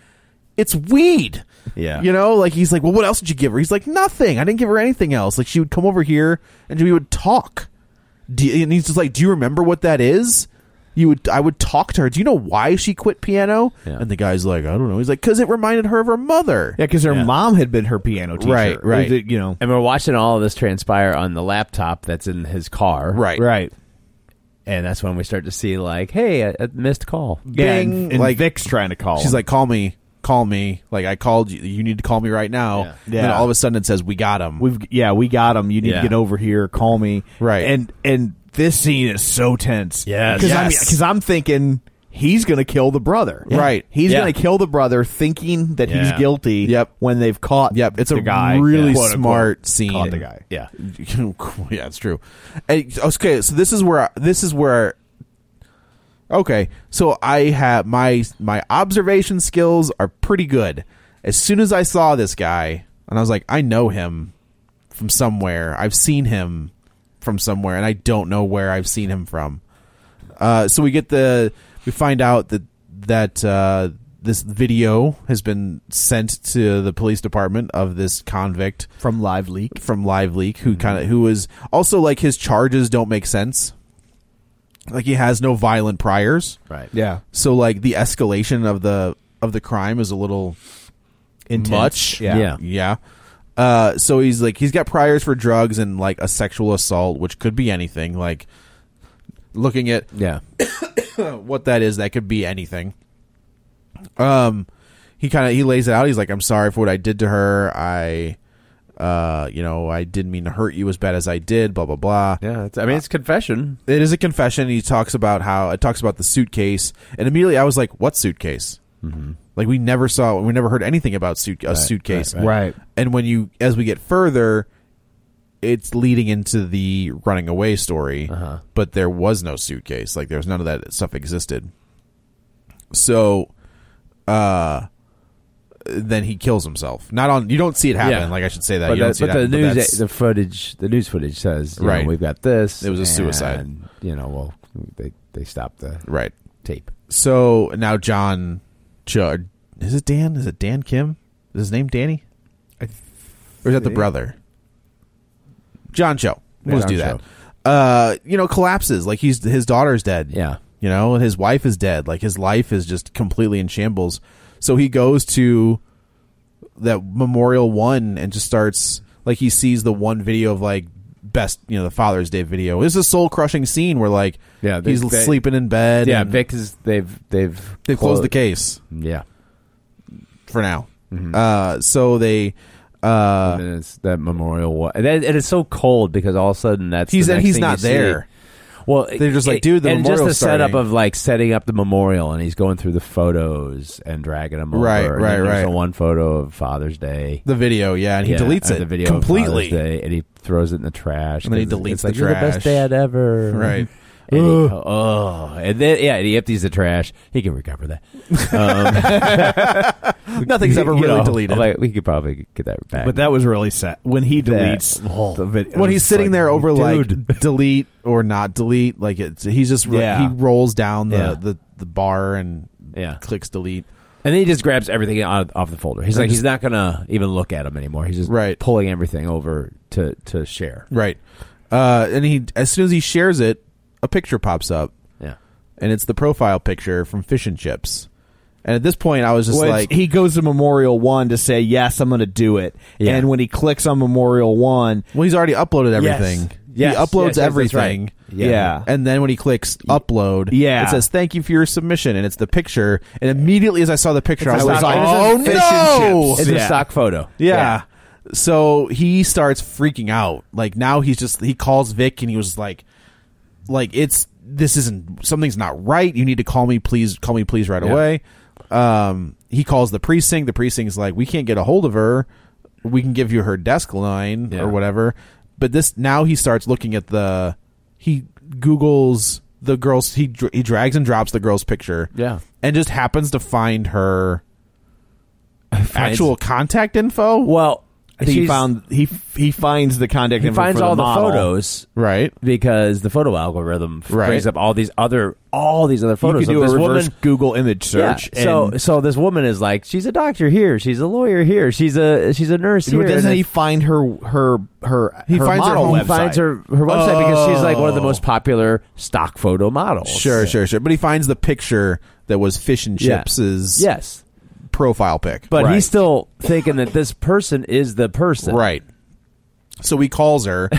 F: "It's weed."
E: Yeah.
F: You know, like he's like, "Well, what else did you give her?" He's like, "Nothing. I didn't give her anything else." Like she would come over here and we would talk. Do you- and he's just like, "Do you remember what that is?" You would I would talk to her. Do you know why she quit piano?
G: Yeah.
F: And the guy's like, "I don't know." He's like, "Cuz it reminded her of her mother."
E: Yeah, because her
G: Yeah.
E: mom had been her piano teacher.
F: Right, right.
E: It- You know.
G: And we're watching all of this transpire on the laptop that's in his car.
F: Right.
E: Right.
G: And that's when we start to see like, hey, a, a missed call.
E: Yeah, and-
F: Bing,
E: and
F: like-
E: Vic's trying to call.
F: She's
E: him.
F: like, "Call me, call me." Like I called you. You need to call me right now.
E: Yeah.
F: And
E: Yeah.
F: all of a sudden, it says, "We got him."
E: we've yeah, we got him. You need
G: Yeah.
E: to get over here. Call me.
F: Right.
E: And and this scene is so tense.
G: Yes.
E: Because I'm
F: Yes.
E: because I'm thinking. He's gonna kill the brother,
F: Yeah. Right.
E: He's
G: Yeah.
E: gonna kill the brother, thinking that he's
G: Yeah.
E: guilty.
F: Yep.
E: When they've caught.
F: Yep, it's
E: the
F: a
E: guy,
F: really
E: quote, unquote,
F: smart scene.
E: Caught the guy.
G: Yeah.
F: yeah, it's true. And- okay, so this is where this is where. Okay, so I have my my observation skills are pretty good. As soon as I saw this guy, and I was like, I know him from somewhere. I've seen him from somewhere, and I don't know where I've seen him from. Uh, so we get the we find out that that uh, this video has been sent to the police department of this convict
E: from Live Leak. Mm-hmm.
F: from Live Leak, who kind of who was also like his charges don't make sense. Like he has no violent priors,
G: Right.
E: Yeah,
F: so like the escalation of the of the crime is a little
E: Intense.
F: much.
E: Yeah.
G: Yeah.
F: yeah. Uh, so he's like he's got priors for drugs and like a sexual assault, which could be anything. Like looking at
G: Yeah.
F: what that is. That could be anything. Um, he kind of he lays it out. He's like, "I'm sorry for what I did to her. I, uh, you know, I didn't mean to hurt you as bad as I did." Blah blah blah.
G: Yeah. It's, I mean, it's confession.
F: It is a confession. He talks about how it talks about the suitcase, and immediately I was like, "What suitcase?" Like we never saw, we never heard anything about suit a suitcase,
G: Mm-hmm. right,
E: right.
F: And when you, as we get further, it's leading into the running away story,
G: Uh-huh.
F: but there was no suitcase. Like there was none of that stuff existed. So, uh, then he kills himself. Not on. You don't see it happen.
G: Yeah.
F: Like I should
E: Uh,
F: say that.
G: But,
F: you don't
G: the,
F: see it
G: but the
F: happen, but
G: news,
F: that's-
G: the footage, the news footage says, you know,
F: Right.
G: we've got this.
F: It was a suicide.
G: and, You know, well, they they stopped the
F: right.
G: tape.
F: So now John, Ch- is it Dan? Is it Dan Kim? Is his name Danny? or is that the brother? John Cho. We'll
G: Yeah,
F: just do
G: John
F: that. Uh, you know, collapses like he's his daughter's dead.
G: Yeah.
F: you know, and his wife is dead. Like his life is just completely in shambles. So he goes to that Memorial One and just starts like he sees the one video of like best you know the Father's Day video. It's a soul crushing scene where like
G: Yeah, they-
F: he's
G: they-
F: sleeping in bed.
G: yeah,
F: and
G: Vic is they've they've
F: they close the case
G: Yeah,
F: for now.
G: Mm-hmm.
F: Uh, so they uh,
G: and it's that memorial. Wa- and, that- and it's so cold because all of a sudden that's
F: he's
G: the next
F: he's
G: thing
F: not
G: you see.
F: there.
G: Well,
F: They're just like, dude, the
G: and just the
F: memorial's
G: setup
F: starting.
G: of like setting up the memorial, and he's going through the photos and dragging them over.
F: Right,
G: and
F: right,
G: then there's
F: right.
G: the one photo of Father's Day.
F: The video, yeah, and he
G: Yeah,
F: deletes
G: of
F: it
G: the video of Father's
F: completely.
G: Day, and he throws it in the trash.
F: And then he
G: 'cause
F: deletes
G: it's like,
F: the
G: You're the best
F: trash."
G: dad ever.
F: Right.
G: And he- oh, and then yeah, and he empties the trash. He can recover that.
F: Nothing's ever
G: You
F: really
G: know,
F: deleted.
G: Like, we could probably get that back.
E: But that was really sad when he
G: That-
E: deletes the video.
F: when he's sitting there over
E: dude.
F: like delete or not delete, like it's he's just
E: Yeah.
F: he rolls down the,
G: Yeah.
F: the the bar and
G: yeah,
F: clicks delete.
G: and then he just grabs everything out, off the folder. He's like,
F: just-
G: he's not gonna even look at him anymore. He's just
F: Right.
G: pulling everything over to to share.
F: Right, uh, and he as soon as he shares it, a picture pops up,
G: Yeah,
F: and it's the profile picture from Fish and Chips. And at this point, I was just
E: Well, it's-
F: like,
E: he goes to Memorial One to say yes, I'm going to do it.
G: Yeah.
E: And when he clicks on Memorial One,
F: well, he's already uploaded
E: Yes.
F: everything.
E: Yes,
F: He uploads
E: yes, yes, that's right.
F: everything.
E: Yeah. Yeah.
F: And then when he clicks upload,
E: Yeah.
F: it says thank you for your submission, and it's the picture. And immediately as I saw the picture, I
E: It's
F: was
E: a
F: like,
E: stock-
F: oh
E: it's a fish and
F: no!
E: chips.
G: it's
E: Yeah.
G: a stock photo.
F: Yeah. So he starts freaking out. Like now he's just he calls Vic and he was like like it's this isn't something's not right. You need to call me please call me please right away. Um he calls the precinct. The precinct's like we can't get a hold of her. We can give you her desk line
G: Yeah.
F: or whatever. But this now he starts looking at the he googles the girl's he dr- he drags and drops the girl's picture.
G: Yeah.
F: And just happens to find her actual contact info.
G: Well,
E: he
G: she's-
E: found he he finds the contact
G: he
E: info
G: finds
E: for
G: all the,
E: the, model.
G: photos
F: Right.
G: because the photo algorithm f-
F: Right.
G: brings up all these other all these other
E: You
G: photos.
E: could do
G: of
E: a
G: this
E: reverse
G: woman.
E: Google image search.
G: Yeah. So
E: and-
G: so this woman is like she's a doctor here, she's a lawyer here, she's a she's a nurse here.
E: doesn't
G: and
E: he
G: it's-
E: find her her her
F: He
E: her
F: finds her
E: model
F: home-
E: website?
G: he finds her her website because she's like one of the most popular stock photo models.
F: Sure, sure, sure. But he finds the picture that was Fish and
G: Yeah.
F: Chips's
G: Yes.
F: profile pic.
G: But
E: Right.
G: he's still thinking that this person is the person.
F: right. So he calls her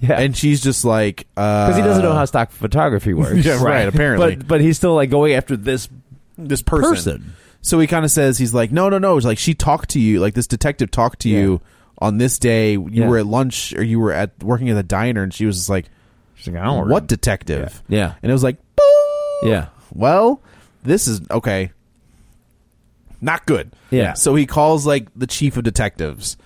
G: Yeah.
F: and she's just like uh
G: because he doesn't know how stock photography works.
F: Yeah, right, apparently.
G: But but he's still like going after this
F: this person.
G: Person.
F: So he kind of says he's like no, no, no, it's like she talked to you, like this detective talked to you on this day you
G: Yeah.
F: were at lunch or you were at working at the diner and she was just like
E: She's like, I don't
F: what detective?
G: Yeah. Yeah.
F: And it was like boom.
G: Yeah.
F: well, this is okay. Not good.
G: Yeah.
F: So he calls like the chief of detectives,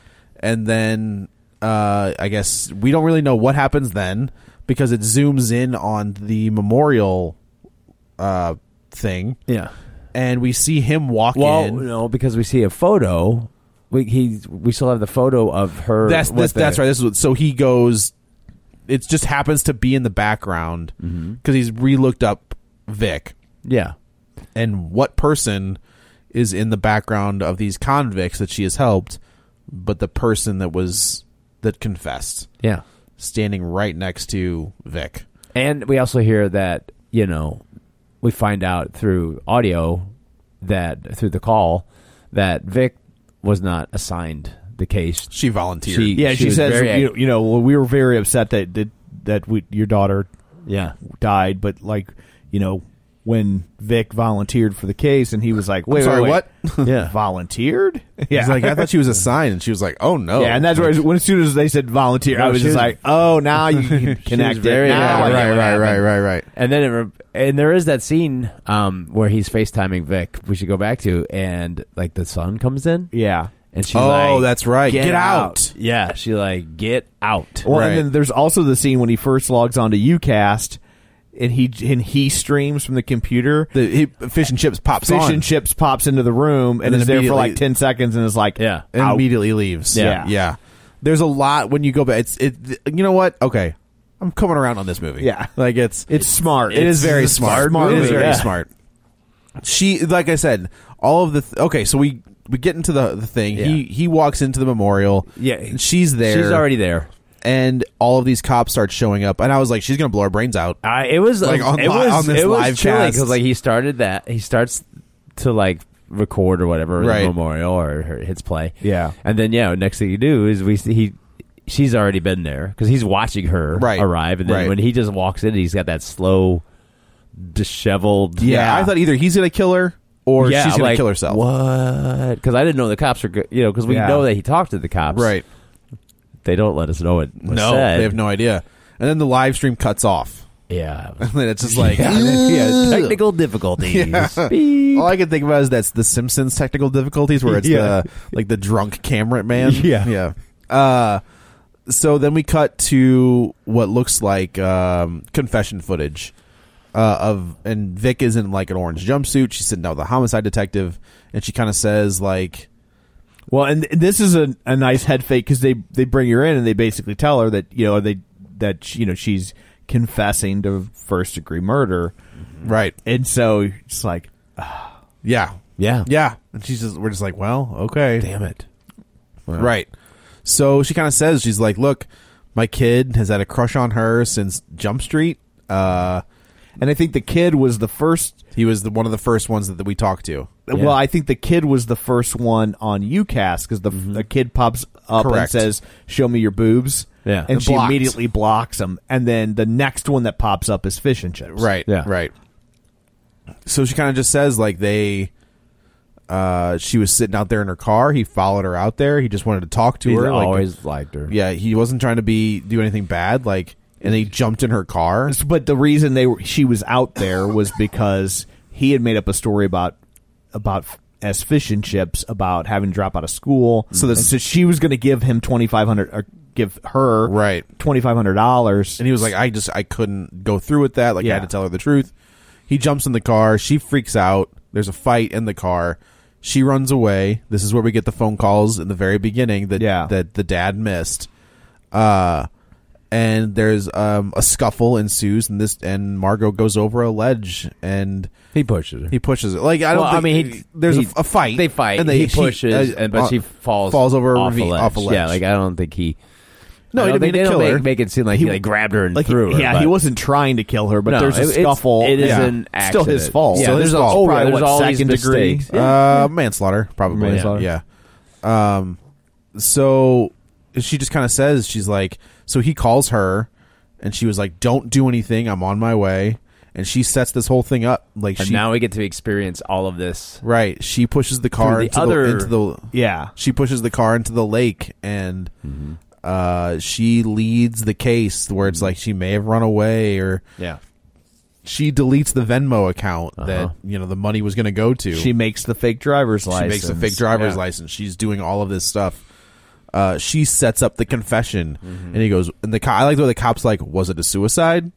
F: and then uh, I guess we don't really know what happens then because it zooms in on the memorial uh, thing,
G: Yeah.
F: and we see him walk
G: Well,
F: in.
G: no, because we see a photo. We he we still have the photo of her.
F: That's
G: with
F: this,
G: the-
F: that's right. This is what, so he goes. It just happens to be in the background because
G: Mm-hmm.
F: he's re-looked up Vic.
G: Yeah.
F: and what person is in the background of these convicts that she has helped, but the person that was that confessed
G: Yeah.
F: standing right next to Vic.
G: And we also hear that, you know, we find out through audio that through the call that Vic was not assigned the case.
F: She volunteered.
G: She-
E: Yeah, she,
G: was
E: says
G: very
E: you, you know well, we were very upset that that, that we, your daughter
G: Yeah.
E: died, but like you know when Vic volunteered for the case and he was like, wait, wait,
F: sorry,
E: wait,
F: what?
G: Yeah.
E: volunteered?
F: He's like, I thought she was assigned, and she was like, Oh no.
E: Yeah, and that's where when as soon as they said volunteer,
G: No,
E: I was
G: she
E: just
G: was-
E: like, oh, now you can connect it.
G: very-
E: Now
G: yeah,
E: I
F: right,
E: get
F: right,
E: what
F: right,
E: happened.
F: right, right, right.
G: And then it re- and there is that scene um, where he's FaceTiming Vic, we should go back to, and like the son comes in
E: Yeah.
G: and she's
F: Oh,
G: like
F: that's right. Get, out.
G: Yeah, she like get out.
E: Well,
F: Right.
E: and then there's also the scene when he first logs onto UCast, and he and he streams from the computer.
F: The he, fish and chips pops
E: Fish
F: on
E: and chips pops into the room and,
F: And then
E: is there for
F: immediately-
E: like ten seconds and is like,
G: Yeah.
F: and
E: out.
F: immediately leaves.
E: Yeah.
F: yeah. There's a lot when you go back. It's it. You know what? Okay, I'm coming around on this movie.
E: Yeah.
F: like it's
E: It's smart.
F: It is very
E: It's a
F: smart.
E: smart
F: it is
E: movie,
F: very
E: yeah.
F: smart. She, like I said, all of the th- okay. So we we get into the the thing. He he walks into the memorial.
G: Yeah.
F: and she's there.
G: She's already there.
F: and all of these cops start showing up, and I was like, "She's gonna blow her brains out."
G: I, it was
F: Like, on
G: it
F: li-
G: was
F: on this
G: it was
F: live
G: chilling
F: cast.
G: 'cause, like he started that he starts to like record or whatever the
F: Right.
G: memorial or her- hits play.
E: Yeah.
G: and then yeah, next thing you do is we see he. She's already been there because he's watching her
F: Right.
G: arrive, and then
F: Right.
G: when he just walks in, he's got that slow, disheveled.
F: Yeah, I thought either he's gonna kill her or
G: Yeah,
F: she's gonna
G: like,
F: kill herself.
G: What? Because I didn't know the cops are, go- you know, because we
E: Yeah.
G: know that he talked to the cops,
F: Right?
G: They don't let us know it. Was
F: No,
G: said.
F: they have no idea. And then the live stream cuts off,
G: Yeah,
F: and then it's just like
G: yeah, technical difficulties. Beep.
F: All I can think about is that's the Simpsons technical difficulties where it's
G: Yeah.
F: the like the drunk cameraman.
G: Yeah.
F: Yeah. Uh so then we cut to what looks like um confession footage uh of and Vic is in like an orange jumpsuit. She's sitting down with a homicide detective and she kind of says like
E: Well, and th- this is a, a nice head fake because they they bring her in and they basically tell her that you know they that she- you know she's confessing to first degree murder,
F: right.
E: and so it's like
F: Yeah.
G: yeah,
F: Yeah. And she's just we're just like, "Well, okay."
G: Damn it.
F: Right. So she kind of says, she's like, look, my kid has had a crush on her since Jump Street. Uh,
E: And I think the kid was the first.
F: he was the, one of the first ones that, that we talked to.
G: Yeah.
E: Uh, Well, I think the kid was the first one on UCAS because the, the kid pops up and
F: Mm-hmm. Correct.
E: says, "Show me your boobs."
G: Yeah.
E: and she
F: Blocked.
E: immediately blocks him. And then the next one that pops up is fish and chips.
F: Right.
G: Yeah.
F: Right. So she kind of just says, like, they. Uh, she was sitting out there in her car. He followed her out there. He just wanted to talk to
G: He's
F: her. like-
G: always liked her.
F: yeah. He wasn't trying to be do anything bad. Like, and he jumped in her car.
E: But the reason they were, she was out there was because he had made up a story about about as fish and chips about having to drop out of school.
F: Mm-hmm.
E: So this, so she was going to give him twenty five hundred or give her
F: Right.
E: twenty five hundred dollars.
F: And he was like, I just I couldn't go through with that. Like I
E: Yeah.
F: had to tell her the truth. He jumps in the car. She freaks out. There's a fight in the car. She runs away. This is where we get the phone calls in the very beginning that
E: Yeah.
F: that the dad missed. Uh and there's um, a scuffle ensues and this and Margot goes over a ledge and
G: He pushes her.
F: he pushes it. Like I don't.
G: Well, I
F: think-
G: mean, he-
F: there's
G: he-
F: a, a fight.
G: they fight.
F: and they,
G: he
F: she-
G: pushes,
F: uh,
G: and but she falls
F: falls over a
G: off
F: ravine,
G: a ledge.
F: off a ledge.
G: Yeah, like I don't think he.
F: No,
G: I
F: he
G: don't think-
F: didn't mean to
G: they don't
F: kill
G: make,
F: her.
G: make it seem like he, like grabbed her and
E: Like,
G: threw her.
E: yeah,
G: but-
E: he wasn't trying to kill her, but
G: No,
E: there's a
G: it- it's-
E: scuffle.
G: It is
F: Yeah.
G: an accident.
E: Still his fault.
G: Yeah,
E: Still
G: there's
E: his
G: a-
E: fault.
G: oh, yeah,
E: Probably,
G: there's
E: what,
G: all these
E: second degree?
G: mistakes.
F: Uh, manslaughter, probably.
E: Manslaughter.
F: Yeah. yeah. Um, so she just kind of says, she's like, so he calls her, and she was like, "Don't do anything. I'm on my way." And she sets this whole thing up, like
G: And
F: she
G: now we get to experience all of this.
F: right. She pushes the car
G: Through the
F: into,
G: other-
F: the, into the
E: Yeah.
F: she pushes the car into the lake, and
E: Mm-hmm.
F: uh, she leads the case where it's like she may have run away or.
E: Yeah.
F: She deletes the Venmo account
G: Uh-huh.
F: that you know the money was going to go to.
E: She makes the fake driver's license.
F: She makes a fake driver's
E: Yeah.
F: license. She's doing all of this stuff. Uh, she sets up the confession,
E: Mm-hmm.
F: and he goes, and the co- I like the way the cops like, was it a suicide?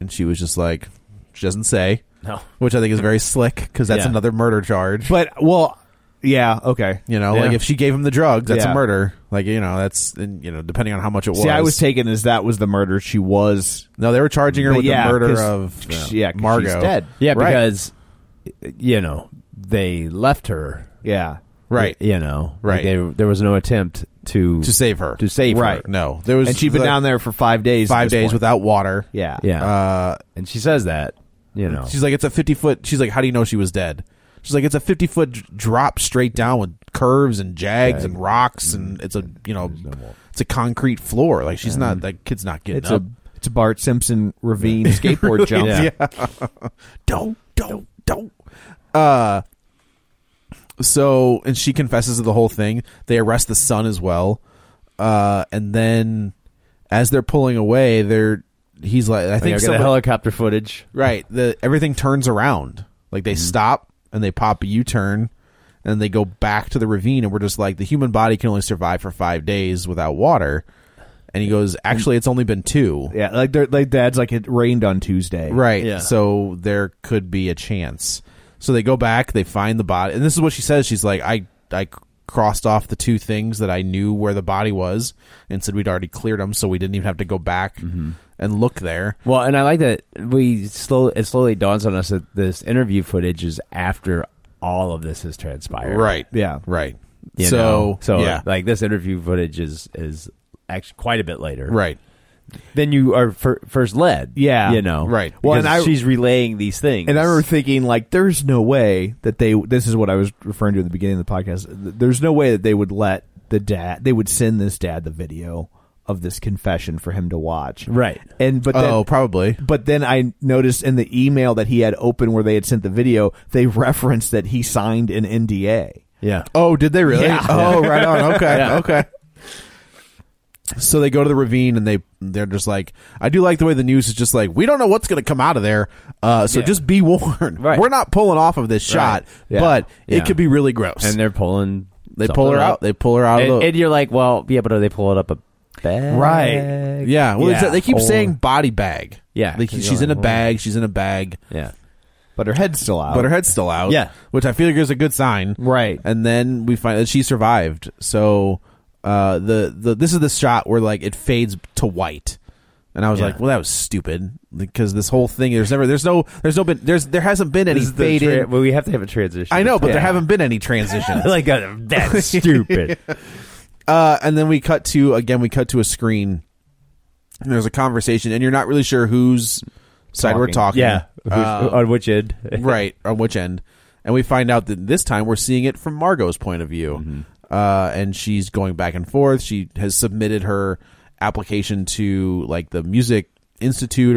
F: And she was just like, she doesn't say,
G: No.
F: which I think is very slick because that's
G: Yeah.
F: another murder charge.
E: But well, yeah, okay.
F: you know,
E: Yeah.
F: like if she gave him the drugs, that's a
E: Yeah.
F: murder. Like you know, that's and, you know, depending on how much it was.
E: See, I was taken as that was the murder. She was
F: no, they were charging her
E: But
F: with
E: yeah,
F: the murder
E: 'cause-
F: of uh,
E: yeah, 'cause she's
F: Margot.
E: dead.
G: Yeah,
F: Right.
G: because you know they left her.
E: yeah.
F: right
G: You know,
F: Right.
G: Like they, there was no attempt to
F: to save her.
G: to save her.
E: Right.
F: No, there was
E: And she'd been
F: like,
E: down there for five days. at
F: five
E: this
F: days
E: point.
F: without water.
E: Yeah.
G: Yeah,
F: Uh,
G: and she says that. You know,
F: She's like, it's a 50 foot. She's like, how do you know she was dead? She's like, it's a 50 foot d- drop straight down with curves and jags and rocks.
E: Mm-hmm.
F: And it's a, you know, it's a concrete floor. Like, she's not, that kid's not getting
E: Mm-hmm. It's
F: up.
E: a it's a Bart Simpson ravine skateboard jump.
G: Yeah.
F: don't, don't, don't. Uh, so, and she confesses to the whole thing. They arrest the son as well. Uh, and then as they're pulling away, they're, he's like, I
G: I think
F: think
G: I got the
F: somebody-
G: helicopter footage.
F: Right. The everything turns around. Like
G: Mm-hmm.
F: they stop and they pop a U turn and they go back to the ravine and we're just like the human body can only survive for five days without water. And he goes, Actually it's only been two.
E: Yeah, like they're, like dad's like it rained on Tuesday.
F: Right.
G: Yeah.
F: So there could be a chance. So they go back, they find the body and this is what she says. She's like, I I crossed off the two things that I knew where the body was and said we'd already cleared them so we didn't even have to go back
G: Mm-hmm.
F: and look there.
G: Well, and I like that we slowly it slowly dawns on us that this interview footage is after all of this has transpired.
F: Right.
E: Yeah.
F: Right.
G: You
F: so
G: know? so
F: yeah.
G: like this interview footage is is actually quite a bit later,
F: Right.
G: Then you are fir- first led.
E: Yeah.
G: you know,
F: Right.
G: Well,
E: Well, and I-
G: she's relaying these things,
E: And I remember thinking, like, there's no way that they. This is what I was referring to at the beginning of the podcast. There's no way that they would let the dad. They would send this dad the video of this confession for him to watch.
G: Right.
E: And but
F: Oh,
E: then,
F: probably.
E: but then I noticed in the email that he had open where they had sent the video, they referenced that he signed an NDA.
G: yeah,
F: Oh, did they really?
E: Yeah.
F: Oh, right on. Okay, okay. So they go to the ravine and they they're just like, I do like the way the news is just like, we don't know what's going to come out of there, uh, so just be warned.
G: Right.
F: We're not pulling off of this shot,
G: Yeah.
F: but
G: Yeah.
F: it could be really gross.
G: and they're pulling.
F: they
G: something
F: pull her
G: up.
F: out. They pull her out
G: and,
F: of the
G: and you're like, well, yeah, but are they pulling up a bag?
E: Right.
F: yeah. Well, it's-
E: Yeah.
F: they keep
E: Or-
F: saying body bag.
G: Oh. Yeah.
F: Like, she's in a bag. She's in a bag,
G: Yeah.
E: But her head's still out.
F: but her head's still out.
G: Oh. Yeah.
F: which I feel like is a good sign.
E: Right.
F: and then we find that she survived. So uh, the the this is the shot where like it fades to white, and I was
G: Yeah.
F: like, well, that was stupid because this whole thing there's never there's no there's no been there's there hasn't been any
G: This is the
F: fade
G: tra-
F: in.
G: well, we have to have a transition.
F: I know, but
G: Yeah.
F: there haven't been any transitions.
G: like uh, that's stupid.
F: uh, and then we cut to again we cut to a screen. And there's a conversation, and you're not really sure whose side we're talking.
G: yeah.
F: Uh,
G: on which end?
F: right on which end and we find out that this time we're seeing it from margot's point of view
G: Mm-hmm.
F: uh, and she's going back and forth she has submitted her application to like the music institute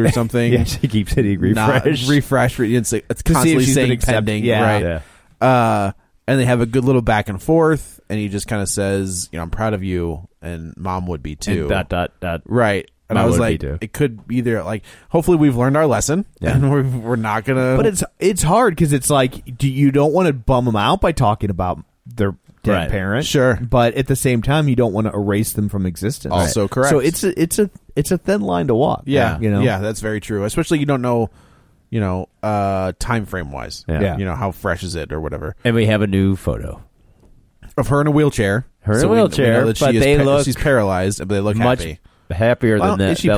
F: or something
G: yeah, she keeps hitting
F: Not-
G: refresh.
F: refresh it's, it's constantly
E: she's been
F: saying
E: accepted.
F: pending
E: Yeah.
F: right
G: Yeah.
F: uh, and they have a good little back and forth and he just kind of says you know i'm proud of you and mom would be too
G: And dot dot dot.
F: right and
G: Mom
F: i was
G: would be
F: like
G: too.
F: it could be there like hopefully we've learned our lesson
G: Yeah.
F: and we're, we're not gonna
E: but it's it's hard because it's like do you don't want to bum them out by talking about their dead
G: Right.
E: parent,
F: Sure.
E: But at the same time, you don't want to erase them from existence.
F: Also correct.
E: So it's a, it's a it's a thin line to walk.
F: Yeah,
E: you know.
F: yeah, that's very true. Especially you don't know, you know, uh, time frame wise.
G: Yeah. Yeah.
F: you know how fresh is it or whatever
G: And we have a new photo.
F: of her in a wheelchair.
G: Her in a
F: we- we know
G: wheelchair,
F: that she
G: but
F: is
G: they look
F: she's paralyzed, but they look
G: Much
F: happy.
G: happier
E: Well,
G: than that.
E: is she
G: that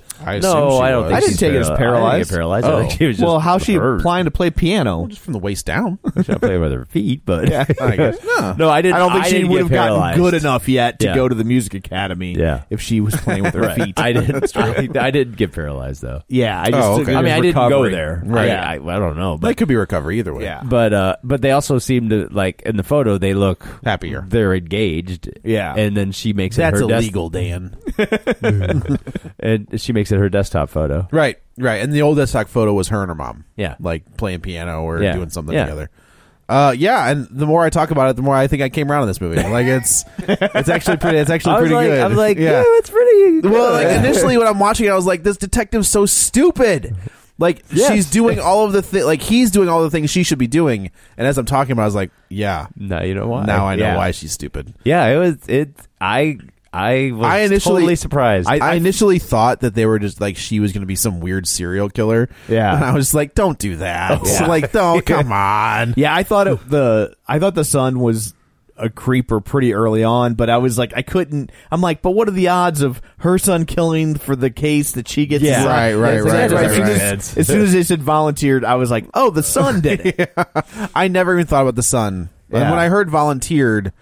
G: last-
F: I assume
G: no,
F: she
G: I don't.
F: was.
G: Think
E: I didn't
G: she's
E: take it as
G: paralyzed. I didn't get
E: paralyzed.
G: paralyzed. I
F: Oh.
G: think she was just
E: well, how's she
G: hurt.
E: planning to play piano?
F: Just from the waist down.
G: She don't play with her feet, but
F: I guess. No.
G: no, I didn't.
E: I don't think she
G: didn't
E: would
G: get
E: have gotten
G: paralyzed.
E: good enough yet to
G: Yeah.
E: go to the music academy.
G: Yeah.
E: if she was playing with her
G: Right.
E: feet.
G: I didn't. I, I didn't get paralyzed though.
E: yeah, I just
F: Oh,
E: took
F: okay.
E: it
G: I mean,
E: as
G: I didn't go
E: recovery.
G: there.
F: Right.
G: I, I, I don't know,
F: that
G: but
F: could be recovery either way.
E: Yeah.
G: but uh, but they also seem to like in the photo they look
F: Happier.
G: They're engaged.
E: Yeah.
G: and then she makes
F: that's
G: it her desk-
F: illegal, Dan.
G: and she makes it her desktop photo.
F: right, right. And the old desktop photo was her and her mom.
G: Yeah.
F: like playing piano or
G: Yeah.
F: doing something
G: Yeah.
F: together. Uh, yeah, and the more I talk about it, the more I think I came around on this movie. Like it's, it's actually pretty. It's actually
G: I was
F: pretty
G: like,
F: good.
G: I'm like, yeah, that's pretty. Good.
F: Well, like initially when I'm watching it, I was like, this detective's so stupid. Like
G: Yes.
F: she's doing all of the thi- like he's doing all the things she should be doing. And as I'm talking about, it, I was like, yeah,
G: no, you know why?
F: now I know
G: Yeah.
F: why she's stupid.
G: Yeah, it was. It. I. I was
F: I initially-
G: totally surprised.
F: I, I initially thought that they were just like she was going to be some weird serial killer.
E: Yeah.
F: and I was like, don't do that.
E: Yeah.
F: So, like, no, come on.
E: Yeah, I thought it, the I thought the son was a creeper pretty early on, but I was like, I couldn't. I'm like, but what are the odds of her son killing for the case that she gets?
G: Yeah.
E: to sign?
F: Right, right,
E: It's
F: right,
E: that's
F: right,
E: As soon
F: right.
E: as, as soon as they said volunteered, I was like, oh, the son did it.
F: I never even thought about the son. And
E: Yeah.
F: when I heard volunteered,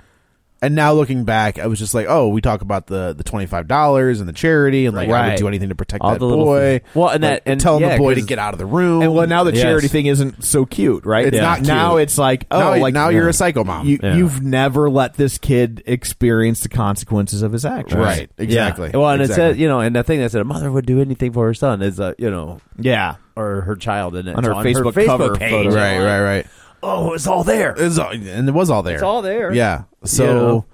F: and now looking back, I was just like, oh, we talk about the the twenty five dollars and the charity, and like I would
E: Right.
F: do anything to protect
G: All
F: that
G: the little
F: boy.
G: things. Well, and
F: Like,
G: that- and
F: telling
G: yeah,
F: the boy to
G: 'cause-
F: get out of the room.
E: And well, now the
G: Yes.
E: charity thing isn't so cute, right?
F: It's
E: Yeah.
F: not cute.
E: Now it's like, oh,
F: Now-
E: like
F: now you're a psycho mom.
E: You,
G: Yeah.
E: You've never let this kid experience the consequences of his actions,
F: right, exactly.
G: Yeah. Well, and
F: exactly.
G: it said, you know, and the thing that said a mother would do anything for her son is, uh, you know,
E: Yeah,
G: or her child, and it's
E: On her Facebook cover
G: page.
E: photo.
G: And
F: right,
G: I'm like,
F: right, right.
G: Oh, it's all there.
F: It's all, and it was all there. It's
G: all there.
F: Yeah. So,
G: You know.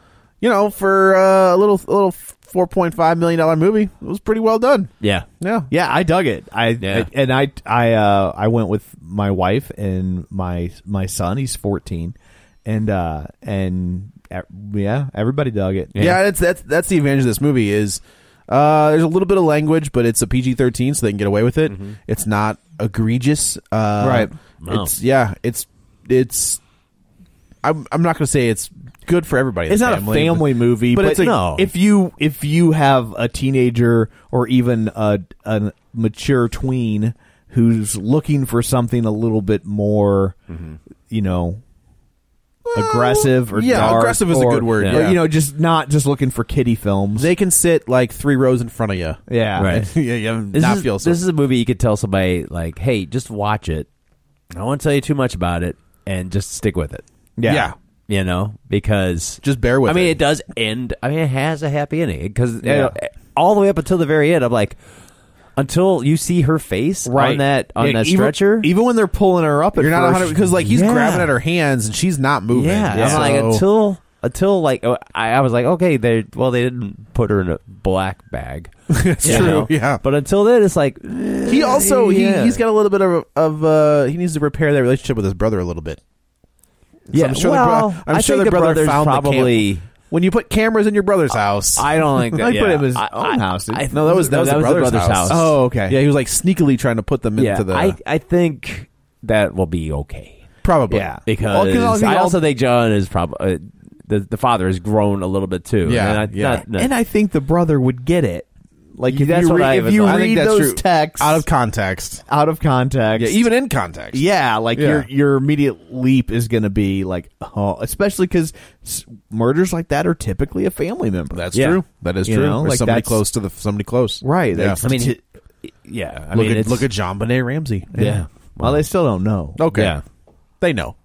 F: you know, for uh, a little a little four point five million dollar movie, it was pretty well done.
G: Yeah.
F: Yeah.
E: Yeah, I dug it. I,
G: Yeah.
E: I- and I I uh, I went with my wife and my my son. He's fourteen, and uh, and uh, yeah, everybody dug it.
F: Yeah, that's that's that's the advantage of this movie is uh, there's a little bit of language, but it's a PG thirteen, so they can get away with it.
G: Mm-hmm.
F: It's not egregious, uh,
E: Right.
F: It's yeah, it's it's. I'm I'm not gonna say it's good for everybody. in
E: It's
F: the
E: not a family movie,
F: but
E: but,
F: it's a-
E: no. if you if you have a teenager or even a, a mature tween who's looking for something a little bit more, you know, aggressive or
F: yeah,
E: dark
F: aggressive is a
E: or-
F: good word,
E: or,
F: yeah.
E: You know, just not just looking for kiddie films.
F: They can sit like three rows in front of you.
E: yeah,
G: Right.
F: yeah, yeah,
G: This
F: not
G: is,
F: feel so.
G: This is a movie you could tell somebody like, "Hey, just watch it. I won't tell you too much about it, and just stick with it."
E: yeah,
F: yeah.
G: You know, because
F: Just bear with
G: I mean,
F: it.
G: it does end. I mean, it has a happy ending because
E: Yeah.
G: all the way up until the very end, I'm like, until you see her face
E: Right
G: on that on
E: Yeah,
G: that
E: even-
G: stretcher.
E: Even when they're pulling her up, at
F: You're not
E: first,
F: 100 because like he's
G: Yeah.
F: grabbing at her hands and she's not moving.
G: yeah, I'm
F: So-
G: like until until like I, I was like, okay, they well they didn't put her in a black bag. That's
F: true, yeah.
G: But until then, it's like
F: he also
G: yeah.
F: he he's got a little bit of of uh he needs to repair that relationship with his brother a little bit.
G: yeah.
F: I'm sure the
G: well,
F: bro- I'm
G: I
F: sure
G: think
F: the brother
G: brother's
F: found the cam-
G: probably.
F: When you put cameras in your brother's house,
G: I don't think that.
E: I'd
G: yeah.
E: put him in his
G: I-
E: own
G: I-
E: house, dude.
G: I-
F: no, that was that was,
G: that
F: the brother's, house.
E: Oh, okay.
F: Yeah, he was like sneakily trying to put them
G: yeah.
F: into the
G: I I think that will be okay
F: probably
E: Yeah.
G: because
F: Well, 'cause
G: I
F: all-
G: also think John is probably uh, the the father has grown a little bit too.
F: Yeah,
G: and I,
F: yeah.
G: Not, not,
E: and I think the brother would get it. Like if
G: That's
E: you,
G: what
E: re-
G: I
E: if
G: even
E: you
G: thought.
F: I think
E: read
F: that's
E: those
F: true.
E: texts
F: out of context.
E: out of context,
F: Yeah, even in context.
E: Yeah, like
F: Yeah.
E: your your immediate leap is going to be like, oh, especially because murders like that are typically a family member.
F: That's
G: Yeah.
F: true. That is
E: You
F: true.
E: know,
F: Or
E: like
F: somebody
E: that's-
F: close to the somebody close.
E: right.
F: Yeah.
E: That's-
G: I mean, he- yeah. I
F: look
G: mean,
F: at
G: it's,
F: look at John Benet Ramsey.
G: yeah.
E: well, they still don't know.
F: Okay.
G: Yeah.
F: They know.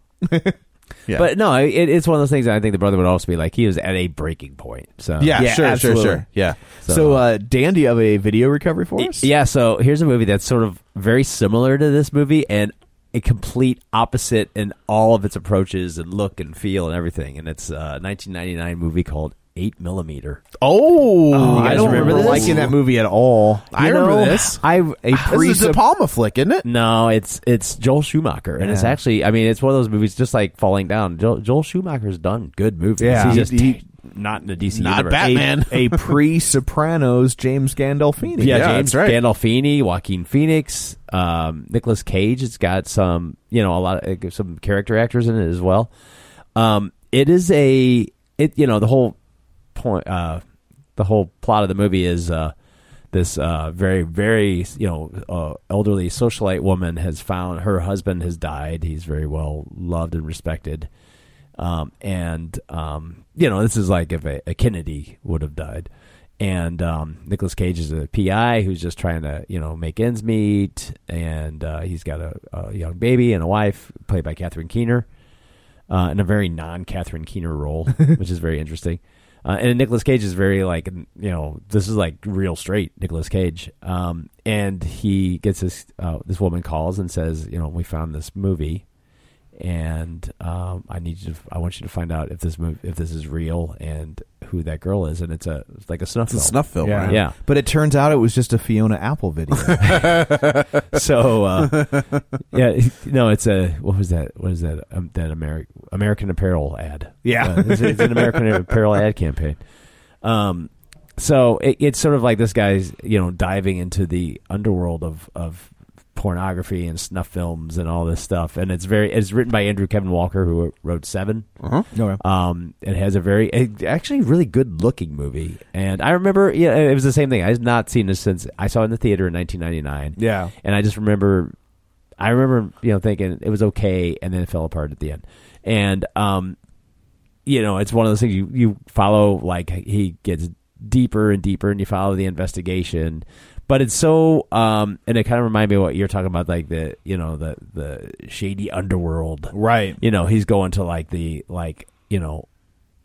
F: yeah.
G: But no, it, it's one of those things. That I think the brother would also be like he was at a breaking point. So
F: yeah,
E: Yeah,
F: sure,
E: absolutely.
F: sure, sure. Yeah.
E: So, uh, Dan, do you have a video recovery for us?
G: Yeah, so here's a movie that's sort of very similar to this movie and a complete opposite in all of its approaches and look and feel and everything. And it's a 1999 movie called 8 Millimeter.
F: Oh,
G: you
E: I
G: guys
E: don't
G: remember
E: remember
G: this?
E: liking that movie at all.
F: I
E: You
F: remember
E: know,
F: this.
G: I a
F: This
G: pre
F: is a De Palma flick, isn't it?
G: No, it's it's Joel Schumacher, and it's
E: Yeah.
G: actually I mean it's one of those movies just like Falling Down. Joel, Joel Schumacher's done good movies.
E: Yeah.
G: he's
E: He-
G: just
E: he-
G: not in the DC
F: Not
G: universe.
F: bad.
E: A,
F: Batman.
E: a pre-Sopranos James Gandolfini.
G: Yeah,
F: Yeah,
G: James
F: that's right.
G: Gandolfini, Joaquin Phoenix, um, Nicholas Cage. It's got some, you know, a lot of some character actors in it as well. Um, it is a, it you know, the whole point, uh, the whole plot of the movie is uh, this uh, very, very, you know, uh, elderly socialite woman has found her husband has died. He's very well loved and respected. Um, and um, you know, this is like if a, a Kennedy would have died. And um, Nicholas Cage is a PI who's just trying to, you know, make ends meet, and uh, he's got a, a young baby and a wife, played by Catherine Keener, uh, in a very non-Catherine Keener role, which is very interesting. Uh, and Nicholas Cage is very like, you know, this is like real straight Nicholas Cage. Um, and he gets this, uh, this woman calls and says, you know, we found this movie and um, I need you. To, I want you to find out if this mov if this is real, and who that girl is. And it's a it's like a snuff
F: It's a
G: film.
F: snuff film,
E: Yeah.
F: right?
G: Yeah.
E: But it turns out it was just a Fiona Apple video.
G: So uh, yeah, no, it's a what was that? What is that? Um, that American American Apparel ad.
E: Yeah.
G: Uh, it's, it's an American Apparel ad campaign. Um, so it, it's sort of like this guy's you know diving into the underworld of of pornography and snuff films and all this stuff, and it's very it's written by Andrew Kevin Walker who wrote Seven.
E: Okay.
G: Um, it has a very it- actually really good looking movie, and I remember yeah, it was the same thing. I have not seen this since I saw it in the theater in 1999.
E: Yeah.
G: and I just remember, I remember you know thinking it was okay, and then it fell apart at the end. And um, you know, it's one of those things you you follow. Like he gets deeper and deeper, and you follow the investigation. But it's so, um, and it kind of reminded me of what you're talking about, like the you know the the shady underworld,
E: Right.
G: you know he's going to like the like you know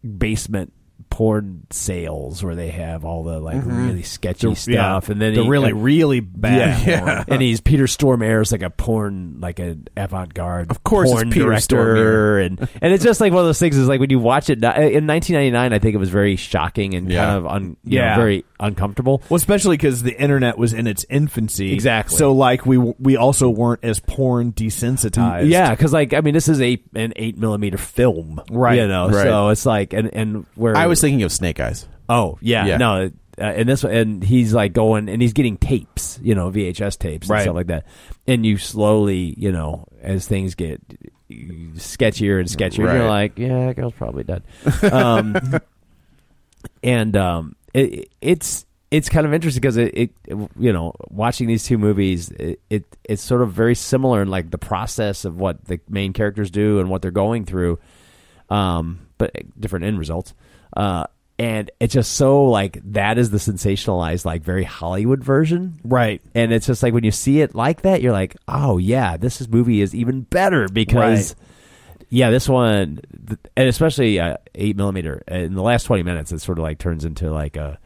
G: basement porn sales where they have all the like really sketchy stuff and then
E: Mm-hmm. the
G: he-
E: really,
G: uh,
E: really bad.
G: yeah.
E: porn.
G: and he's Peter Stormare is like a porn, like an avant-garde, of
F: course it's
G: porn
F: Peter
G: director, and and it's just like one of those things. Is like when you watch it now- in 1999, I think it was very shocking and
F: Yeah.
G: kind of un, you know,
E: Yeah.
G: very uncomfortable.
E: Well, especially because the internet was in its infancy.
G: Exactly.
E: So, like, we we also weren't as porn desensitized.
G: Yeah, because like I mean, this is a an eight millimeter film,
E: Right,
G: You know,
F: right.
G: so it's like and and where
F: I was thinking of Snake Eyes.
G: Oh yeah,
F: Yeah.
G: no, uh, and this one, and he's like going, and he's getting tapes, you know, VHS tapes and
E: Right.
G: stuff like that. And you slowly, you know, as things get uh, sketchier and sketchier,
F: Right.
G: you're like, yeah, that girl's probably dead. Um, and um, it, it's it's kind of interesting because it, it you know watching these two movies it, it it's sort of very similar in like the process of what the main characters do and what they're going through um, but different end results. Uh, and it's just so like that is the sensationalized like very Hollywood version,
E: Right.
G: and it's just like when you see it like that, you're like, oh yeah, this is, movie is even better because, yeah, this one, th- and especially uh, eight millimeter uh, in the last twenty minutes, it sort of like turns into like a,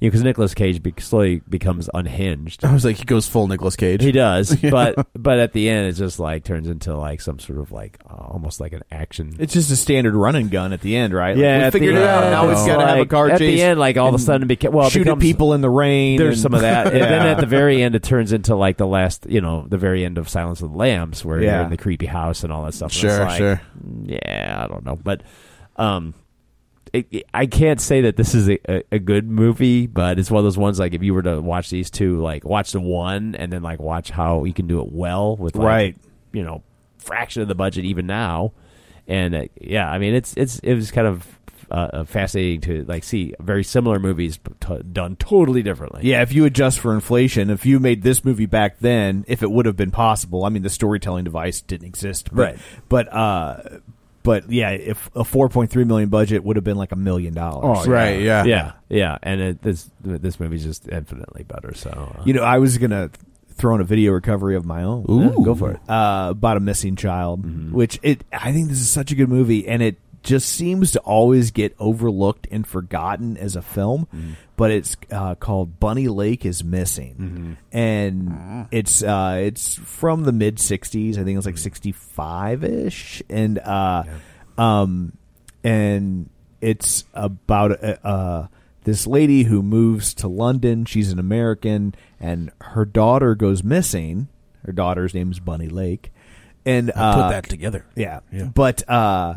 G: you know, because Nicolas Cage be- slowly becomes unhinged.
F: I
E: Oh,
F: was like, he goes full Nicolas Cage.
G: He does, but but at the end, it just like turns into like some sort of like uh, almost like an action.
E: It's just a standard run and gun at the end, right? Like,
G: at
E: we
G: the
E: figured it
G: end,
E: out. Now
G: it's
E: it's got to have a
G: like,
E: car
G: at
E: chase.
G: the end, like all of a sudden, beca- well, it
E: shoot at
G: becomes-
E: people in the rain.
G: there's
E: and-
G: some of that. And then
E: Yeah.
G: at the very end, it turns into like the last, you know, the very end of Silence of the Lambs, where
E: Yeah.
G: you're in the creepy house and all that stuff. And it's
F: Sure,
G: like,
F: sure.
G: Yeah, I don't know, but um, it, it- I can't say that this is a, a, a good movie, but it's one of those ones like if you were to watch these two, like watch the one and then like watch how you can do it well with like,
E: Right.
G: you know, fraction of the budget even now, and uh, yeah, I mean it's it's it was kind of. Uh, fascinating to like see very similar movies t- done totally differently.
E: Yeah, if you adjust for inflation, if you made this movie back then, if it would have been possible, I mean, the storytelling device didn't exist, but,
G: Right.
E: But, uh, but yeah, if a 4.3 million budget would have been like a million dollars,
F: right, yeah.
G: Oh, yeah, yeah, and it, this this movie's just infinitely better. So uh,
E: You know, I was gonna throw in a video recovery of my own.
F: Ooh.
E: go for it. Uh, about a missing child, which it. I think this is such a good movie, and it just seems to always get overlooked and forgotten as a film. But it's uh, called Bunny Lake is Missing, and it's uh, it's from the mid '60s. I think it's like '65 ish, and uh, um, and it's about uh, uh, this lady who moves to London. She's an American, and her daughter goes missing. Her daughter's name is Bunny Lake, and uh,
H: Put that together.
E: yeah, but uh,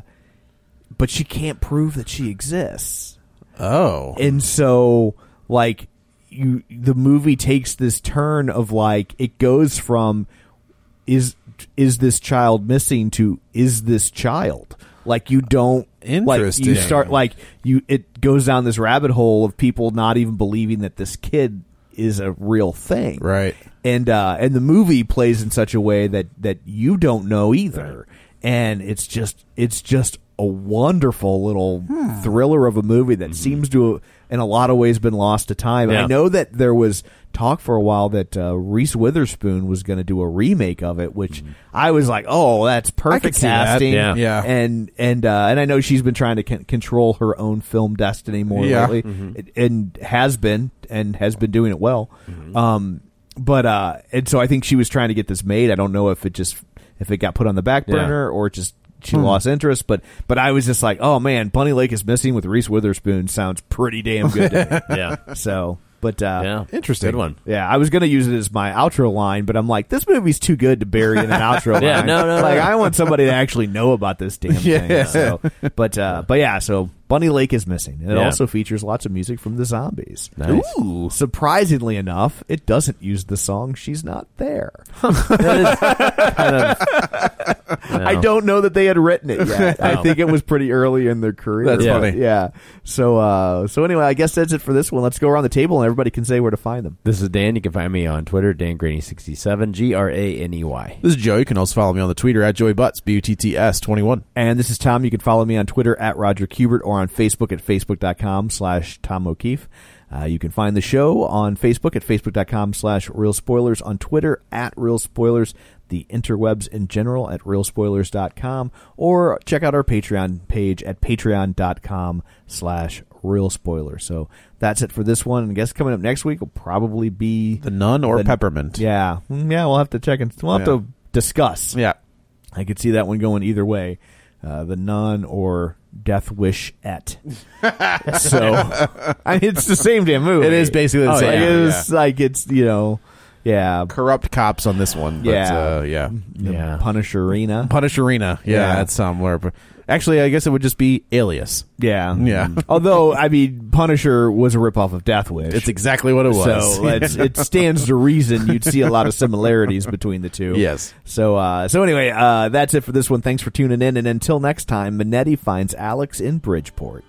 E: but she can't prove that she exists
F: Oh.
E: and so like you the movie takes this turn of like it goes from is is this child missing to is this child like you don't like you
F: Interesting.
E: start like you it goes down this rabbit hole of people not even believing that this kid is a real thing
F: Right.
E: and uh and the movie plays in such a way that that you don't know either and it's just it's just a wonderful little thriller of a movie that seems to in a lot of ways been lost to time i
G: Yeah.
E: know that there was talk for a while that uh, reese witherspoon was going to do a remake of it which i was like oh that's perfect
F: see that.
E: casting
G: Yeah.
F: Yeah.
E: and and uh, and I know she's been trying to con- control her own film destiny more
F: Yeah.
E: lately,
G: Mm-hmm.
E: and- and has been and has been doing it well.
G: Mm-hmm.
E: Um, but uh, and so I think she was trying to get this made. I don't know if it just if it got put on the back
G: Yeah.
E: burner or just she
F: Hmm.
E: lost interest. But but I was just like, oh man, Bunny Lake is missing with Reese Witherspoon sounds pretty damn good. to
G: yeah,
E: me. So but uh,
G: yeah,
F: Interesting.
G: good one.
E: yeah, I was gonna use it as my outro line, but I'm like, this movie's too good to bury in an outro
G: Yeah,
E: line.
G: no, no,
E: like
G: no.
E: I want somebody to actually know about this damn thing. So, but uh, but yeah, so Bunny Lake is missing, and it
G: Yeah.
E: also features lots of music from the Zombies.
G: Nice.
E: Ooh, surprisingly enough, it doesn't use the song "She's Not There." I don't know that they had written it yet. I think it was pretty early in their career.
F: That's
E: but
F: funny.
E: Yeah. So uh, so anyway, I guess that's it for this one. Let's go around the table and everybody can say where to find them.
G: This is Dan. You can find me on Twitter, Dan Graney67, G R A N E Y.
F: This is Joe. You can also follow me on the Twitter at Joey Butts, B U T T S 21.
E: And this is Tom. You can follow me on Twitter at Roger Kubert or on Facebook at facebook.com slash Tom O'Keefe. Uh, you can find the show on Facebook at facebook.com slash Real Spoilers, on Twitter at Real Spoilers, the interwebs in general at realspoilers.com, or check out our Patreon page at patreon.com slash Real Spoilers. So that's it for this one. And I guess coming up next week will probably be
F: The Nun or
E: The-
F: Peppermint?
E: Yeah. Mm, Yeah, we'll have to check and we'll have
F: Yeah.
E: to discuss.
F: Yeah.
E: I could see that one going either way, uh, the nun or Death Wish et. so I mean, it's the same damn movie.
F: It is basically the
E: Like,
F: same,
E: Oh, it
F: yeah.
E: is like it's you know, yeah,
F: Corrupt cops on this one. But,
E: Yeah.
F: Uh, yeah.
E: the
G: Yeah.
E: Punisher Arena.
F: Punish Arena. Yeah,
E: Yeah.
F: that's somewhere. But actually, I guess it would just be Alias.
E: yeah,
F: Yeah.
E: Although I mean, Punisher was a ripoff of Death Wish.
F: It's exactly what it was.
E: So it's, it stands to reason you'd see a lot of similarities between the two.
F: Yes.
E: So uh, so anyway, uh, that's it for this one. Thanks for tuning in, and until next time, Minetti finds Alex in Bridgeport.